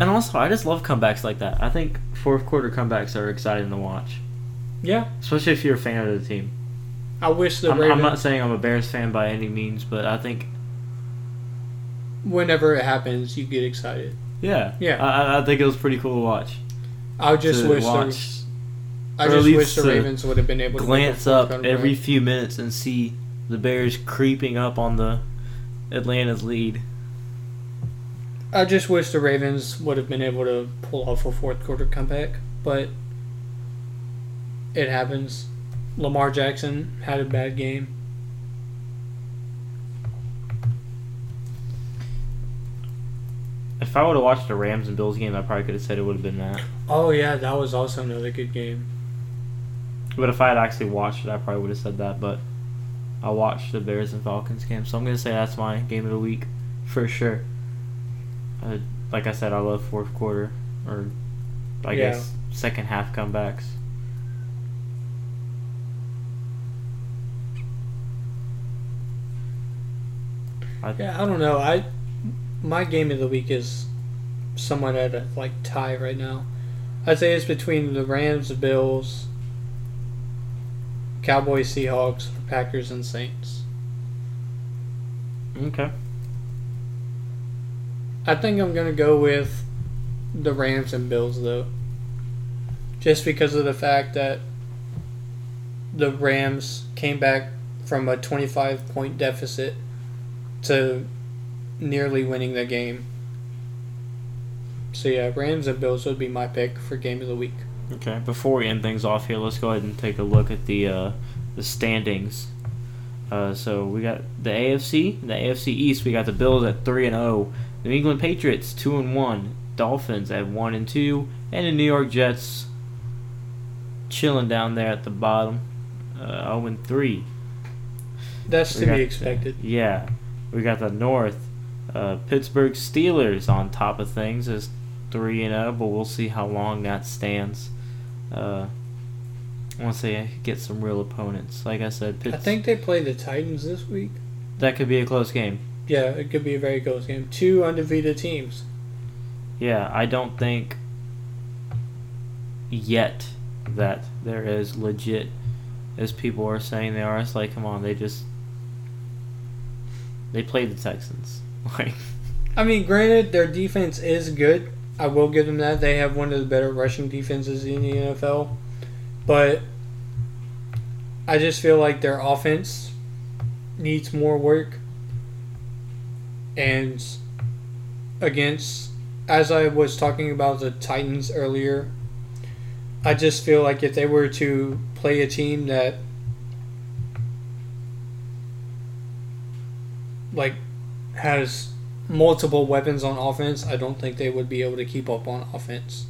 [SPEAKER 1] And also, I just love comebacks like that. I think fourth quarter comebacks are exciting to watch,
[SPEAKER 2] Yeah,
[SPEAKER 1] especially if you're a fan of the team.
[SPEAKER 2] I wish the
[SPEAKER 1] I'm,
[SPEAKER 2] Ravens.
[SPEAKER 1] I'm not saying I'm a Bears fan by any means, but I think
[SPEAKER 2] whenever it happens, you get excited.
[SPEAKER 1] yeah,
[SPEAKER 2] Yeah.
[SPEAKER 1] I, I- I think it was pretty cool to watch.
[SPEAKER 2] I just
[SPEAKER 1] to
[SPEAKER 2] wish
[SPEAKER 1] watch,
[SPEAKER 2] the I
[SPEAKER 1] or at
[SPEAKER 2] just
[SPEAKER 1] least
[SPEAKER 2] wish the
[SPEAKER 1] to
[SPEAKER 2] Ravens would have been able to make a
[SPEAKER 1] glance
[SPEAKER 2] full
[SPEAKER 1] up
[SPEAKER 2] comeback.
[SPEAKER 1] every few minutes and see The Bears creeping up on the Atlanta's lead.
[SPEAKER 2] I just wish the Ravens would have been able to pull off a fourth quarter comeback, but it happens. Lamar Jackson had a bad game.
[SPEAKER 1] If I would have watched the Rams and Bills game, I probably could have said it would have been that.
[SPEAKER 2] Oh yeah, that was also another good game.
[SPEAKER 1] But if I had actually watched it, I probably would have said that. But I watched the Bears and Falcons game, so I'm gonna say that's my game of the week for sure. Uh, like I said, I love fourth quarter or I
[SPEAKER 2] Yeah.
[SPEAKER 1] guess second half comebacks. I,
[SPEAKER 2] Yeah, I don't know. I my game of the week is somewhat at a like tie right now. I'd say it's between the Rams, Bills, Cowboys, Seahawks, Packers, and Saints.
[SPEAKER 1] Okay.
[SPEAKER 2] I think I'm gonna go with the Rams and Bills though, just because of the fact that the Rams came back from a 25 point deficit to nearly winning the game. So yeah, Rams and Bills would be my pick for game of the week.
[SPEAKER 1] Okay, before we end things off here, let's go ahead and take a look at the uh, the standings. Uh, so we got the AFC, the AFC East. We got the Bills at three and zero, New England Patriots two and one, Dolphins at one and two, and the New York Jets chilling down there at the bottom, uh, zero and three.
[SPEAKER 2] That's
[SPEAKER 1] We
[SPEAKER 2] to
[SPEAKER 1] got-
[SPEAKER 2] be expected.
[SPEAKER 1] Yeah, we got the North, uh, Pittsburgh Steelers on top of things is three and zero, but we'll see how long that stands. Uh, once they get some real opponents, like I said, Pitts,
[SPEAKER 2] I think they play the Titans this week.
[SPEAKER 1] that could be a close game.
[SPEAKER 2] Yeah, it could be a very close game. Two undefeated teams.
[SPEAKER 1] Yeah, I don't think yet that they're as legit as people are saying they are. It's like, come on, they just they played the Texans. Like,
[SPEAKER 2] I mean, granted, their defense is good. I will give them that. They have one of the better rushing defenses in the NFL. But I just feel like their offense needs more work. And against, as I was talking about the Titans earlier, I just feel like if they were to play a team that, like, has multiple weapons on offense, I don't think they would be able to keep up on offense,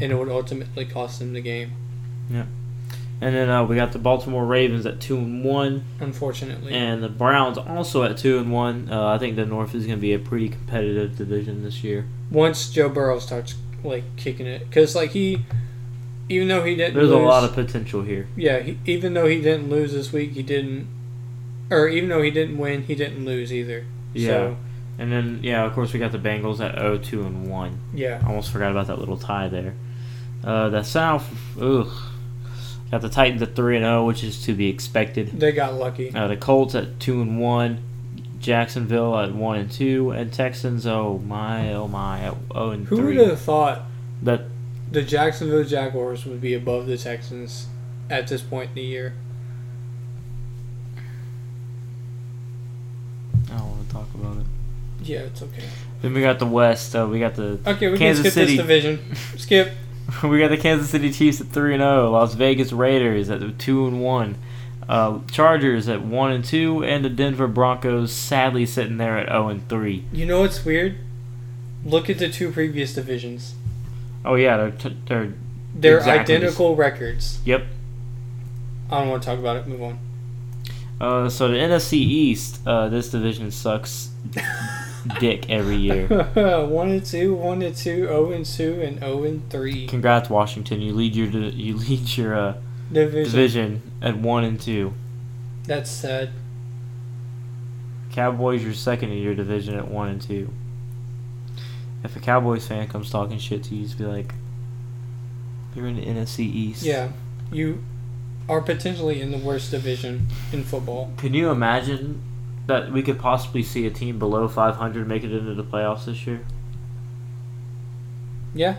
[SPEAKER 2] and it would ultimately cost them the game.
[SPEAKER 1] and then uh, we got the Baltimore Ravens at two and one.
[SPEAKER 2] Unfortunately,
[SPEAKER 1] and the Browns also at two and one. Uh, I think the North is going to be a pretty competitive division this year.
[SPEAKER 2] once Joe Burrow starts like kicking it, because like he, even though he didn't,
[SPEAKER 1] There's a
[SPEAKER 2] lose-
[SPEAKER 1] lot of potential here.
[SPEAKER 2] yeah. He, even though he didn't lose this week, he didn't, or even though he didn't win, he didn't lose either.
[SPEAKER 1] Yeah,
[SPEAKER 2] So,
[SPEAKER 1] and then yeah, of course we got the Bengals at 0 2 and one.
[SPEAKER 2] yeah.
[SPEAKER 1] I almost forgot about that little tie there. Uh, the South, ugh, got the Titans at three and zero, which is to be expected.
[SPEAKER 2] They got lucky.
[SPEAKER 1] Uh, the Colts at two and one, Jacksonville at one and two, and Texans. Oh my, oh my, at zero and
[SPEAKER 2] Who would
[SPEAKER 1] three.
[SPEAKER 2] have thought
[SPEAKER 1] That
[SPEAKER 2] the Jacksonville Jaguars would be above the Texans at this point in the year?
[SPEAKER 1] I don't want to talk about it.
[SPEAKER 2] Yeah, it's okay.
[SPEAKER 1] Then we got the West. Uh, we got the
[SPEAKER 2] Okay, we
[SPEAKER 1] Kansas
[SPEAKER 2] can skip
[SPEAKER 1] City.
[SPEAKER 2] this division. Skip.
[SPEAKER 1] we got the Kansas City Chiefs at three and zero, Las Vegas Raiders at two and one, uh, Chargers at one and two, and the Denver Broncos sadly sitting there at zero and three.
[SPEAKER 2] You know what's weird? Look at the two previous divisions.
[SPEAKER 1] Oh yeah, they're, t- they're
[SPEAKER 2] They're
[SPEAKER 1] Exactly.
[SPEAKER 2] identical records.
[SPEAKER 1] yep.
[SPEAKER 2] I don't want to talk about it. Move on.
[SPEAKER 1] Uh, so the NFC East, uh, this division sucks dick every year.
[SPEAKER 2] one and two, one and two, oh and two, and oh and three.
[SPEAKER 1] Congrats Washington, you lead your di- you lead your uh,
[SPEAKER 2] Division.
[SPEAKER 1] division at one and two.
[SPEAKER 2] That's sad.
[SPEAKER 1] Cowboys, you're second in your division at one and two. If a Cowboys fan comes talking shit to you, just be like, "You're in the NFC East."
[SPEAKER 2] Yeah, you are potentially in the worst division in football.
[SPEAKER 1] Can you imagine that we could possibly see a team below 500 make it into the playoffs this year?
[SPEAKER 2] Yeah,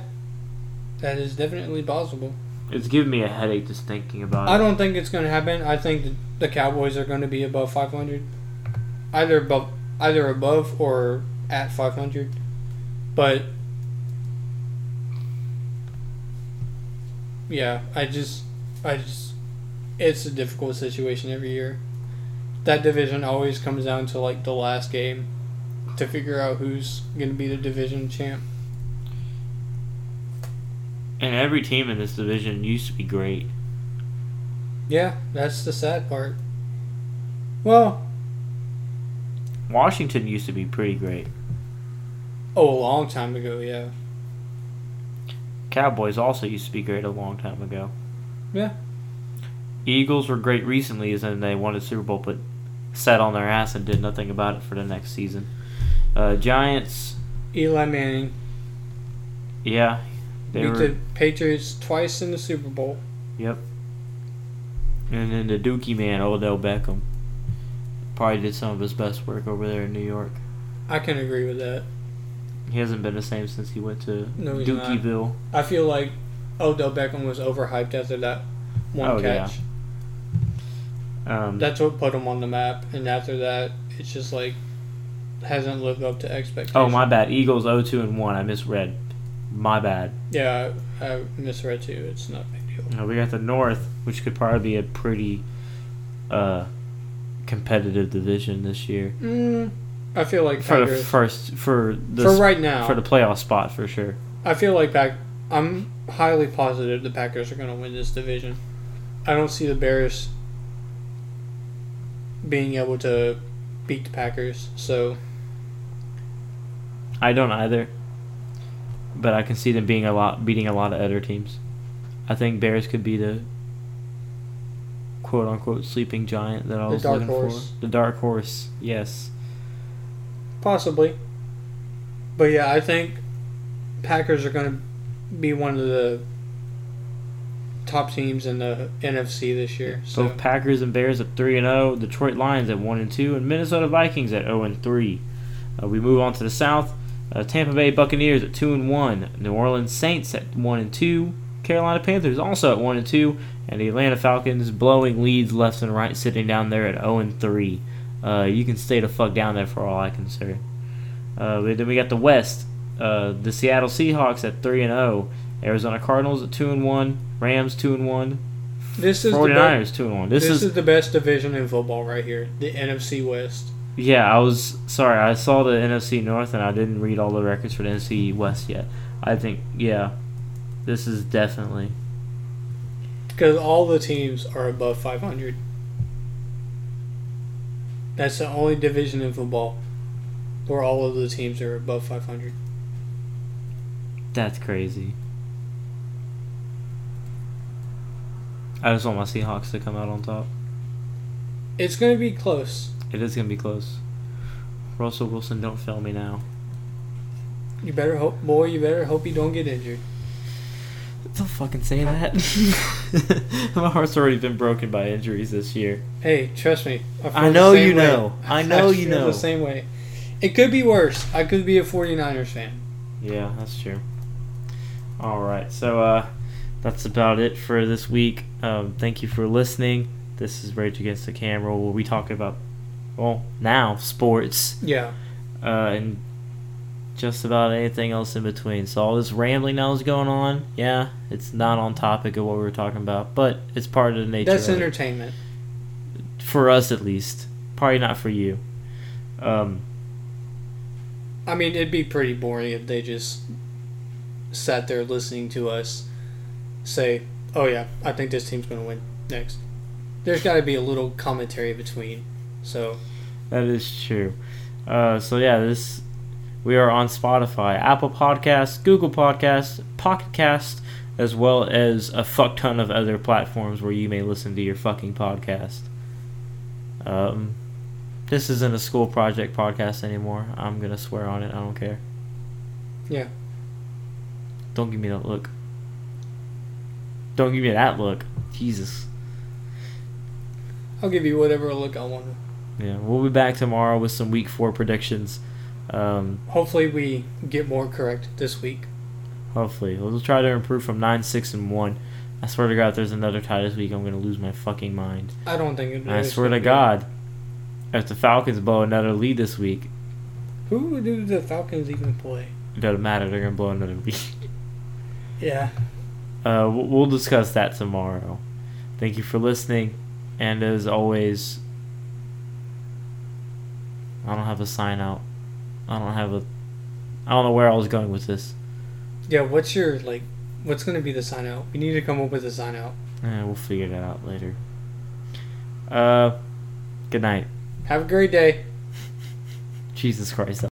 [SPEAKER 2] that is definitely possible.
[SPEAKER 1] It's giving me a headache just thinking about
[SPEAKER 2] I
[SPEAKER 1] it.
[SPEAKER 2] don't think it's going to happen. I think th- the Cowboys are going to be above 500, either above, either above or at 500. But yeah, I just, I just, it's a difficult situation every year. That division always comes down to like the last game to figure out who's going to be the division champ.
[SPEAKER 1] And every team in this division used to be great.
[SPEAKER 2] Yeah, that's the sad part. Well,
[SPEAKER 1] Washington used to be pretty great.
[SPEAKER 2] oh, a long time ago, yeah.
[SPEAKER 1] Cowboys also used to be great a long time ago.
[SPEAKER 2] Yeah.
[SPEAKER 1] Eagles were great recently, as in they won a Super Bowl, but sat on their ass and did nothing about it for the next season. Uh, Giants,
[SPEAKER 2] Eli Manning
[SPEAKER 1] yeah, they
[SPEAKER 2] beat
[SPEAKER 1] were.
[SPEAKER 2] the Patriots twice in the Super Bowl.
[SPEAKER 1] Yep. And then the Dookie man, Odell Beckham, probably did some of his best work over there in New York.
[SPEAKER 2] I can agree with that.
[SPEAKER 1] He hasn't been the same since he went to
[SPEAKER 2] No, he's not.
[SPEAKER 1] Dookieville.
[SPEAKER 2] I feel like Odell Beckham was overhyped after that one
[SPEAKER 1] Oh, yeah.
[SPEAKER 2] catch.
[SPEAKER 1] Um,
[SPEAKER 2] That's what put him on the map, and after that, it's just like hasn't lived up to expectations.
[SPEAKER 1] oh my bad, Eagles 0-2 and one. I misread. My bad.
[SPEAKER 2] Yeah, I, I misread too. It's not a big deal.
[SPEAKER 1] Now Uh, we got the North, which could probably be a pretty uh, competitive division this year
[SPEAKER 2] Mm, I feel like
[SPEAKER 1] for the
[SPEAKER 2] Packers-
[SPEAKER 1] first for the
[SPEAKER 2] for
[SPEAKER 1] s-
[SPEAKER 2] right now.
[SPEAKER 1] for the playoff spot for sure.
[SPEAKER 2] I feel like back. I'm highly positive the Packers are going to win this division. I don't see the Bears being able to beat the Packers. So
[SPEAKER 1] I don't either, but I can see them being a lot beating a lot of other teams. I think Bears could be the quote unquote sleeping giant that I
[SPEAKER 2] The
[SPEAKER 1] was
[SPEAKER 2] dark
[SPEAKER 1] looking
[SPEAKER 2] horse.
[SPEAKER 1] for. The dark horse, yes.
[SPEAKER 2] possibly, but yeah, I think Packers are going to be one of the top teams in the NFC this year. So
[SPEAKER 1] Both Packers and Bears at three and zero. Detroit Lions at one and two, and Minnesota Vikings at zero and three. Uh, we move on to the South. Uh, Tampa Bay Buccaneers at two and one. New Orleans Saints at one and two. Carolina Panthers also at one and two, and the Atlanta Falcons blowing leads left and right, sitting down there at zero and three. Uh, you can stay the fuck down there for all I can say. Uh, but then we got the West. Uh, the Seattle Seahawks at three and zero. Arizona Cardinals at two and one. Rams two and one.
[SPEAKER 2] this is the best,
[SPEAKER 1] 49ers 2 and 1.
[SPEAKER 2] this,
[SPEAKER 1] This,
[SPEAKER 2] is,
[SPEAKER 1] is,
[SPEAKER 2] the best division in football right here. The NFC West.
[SPEAKER 1] yeah, I was sorry. I saw the NFC North and I didn't read all the records for the NFC West yet. I think yeah. This is definitely
[SPEAKER 2] Because all the teams are above 500. That's the only division in football where all of the teams are above 500.
[SPEAKER 1] that's crazy. I just want my Seahawks to come out on top.
[SPEAKER 2] It's going to be close.
[SPEAKER 1] It is going to be close. Russell Wilson, don't fail me now.
[SPEAKER 2] You better hope, boy, you better hope you don't get injured.
[SPEAKER 1] Don't fucking say that. my heart's already been broken by injuries this year.
[SPEAKER 2] Hey, trust me. feel
[SPEAKER 1] I
[SPEAKER 2] the
[SPEAKER 1] know
[SPEAKER 2] same
[SPEAKER 1] you
[SPEAKER 2] way.
[SPEAKER 1] know. I know you
[SPEAKER 2] feel
[SPEAKER 1] know.
[SPEAKER 2] the same way. It could be worse. I could be a 49ers fan.
[SPEAKER 1] Yeah, that's true. All right, so uh, that's about it for this week. Um, thank you for listening. This is Rage Against the Camera, where we talk about, well, now sports
[SPEAKER 2] Yeah.
[SPEAKER 1] uh, and just about anything else in between. So all this rambling that was going on, yeah, it's not on topic of what we were talking about, but it's part of the nature.
[SPEAKER 2] That's
[SPEAKER 1] of it
[SPEAKER 2] entertainment.
[SPEAKER 1] for us at least. Probably not for you. Um,
[SPEAKER 2] I mean, it'd be pretty boring if they just sat there listening to us say, "Oh yeah, I think this team's going to win next." There's got to be a little commentary between. So,
[SPEAKER 1] That is true. Uh, so yeah, this we are on Spotify, Apple Podcasts, Google Podcasts, Pocket Cast, as well as a fuck ton of other platforms where you may listen to your fucking podcast. Um, this isn't a school project podcast anymore. I'm gonna swear on it. I don't care.
[SPEAKER 2] yeah.
[SPEAKER 1] Don't give me that look. Don't give me that look. Jesus.
[SPEAKER 2] I'll give you whatever look I want.
[SPEAKER 1] Yeah, we'll be back tomorrow with some week four predictions. Um,
[SPEAKER 2] Hopefully we get more correct this week.
[SPEAKER 1] Hopefully, we'll try to improve from nine, six, and one. I swear to God, if there's another tie this week, I'm gonna lose my fucking mind.
[SPEAKER 2] I don't think it
[SPEAKER 1] And I swear to God, if the Falcons blow another lead this week,
[SPEAKER 2] Who do the Falcons even play?
[SPEAKER 1] it doesn't matter. They're gonna blow another lead.
[SPEAKER 2] Yeah.
[SPEAKER 1] Uh, we'll we'll discuss that tomorrow. Thank you for listening, and as always, I don't have a sign out. I don't have a. I don't know where I was going with this.
[SPEAKER 2] Yeah, what's your, like, what's going to be the sign out? We need to come up with a sign out.
[SPEAKER 1] Eh, we'll figure that out later. Uh, good night.
[SPEAKER 2] Have a great day.
[SPEAKER 1] Jesus Christ.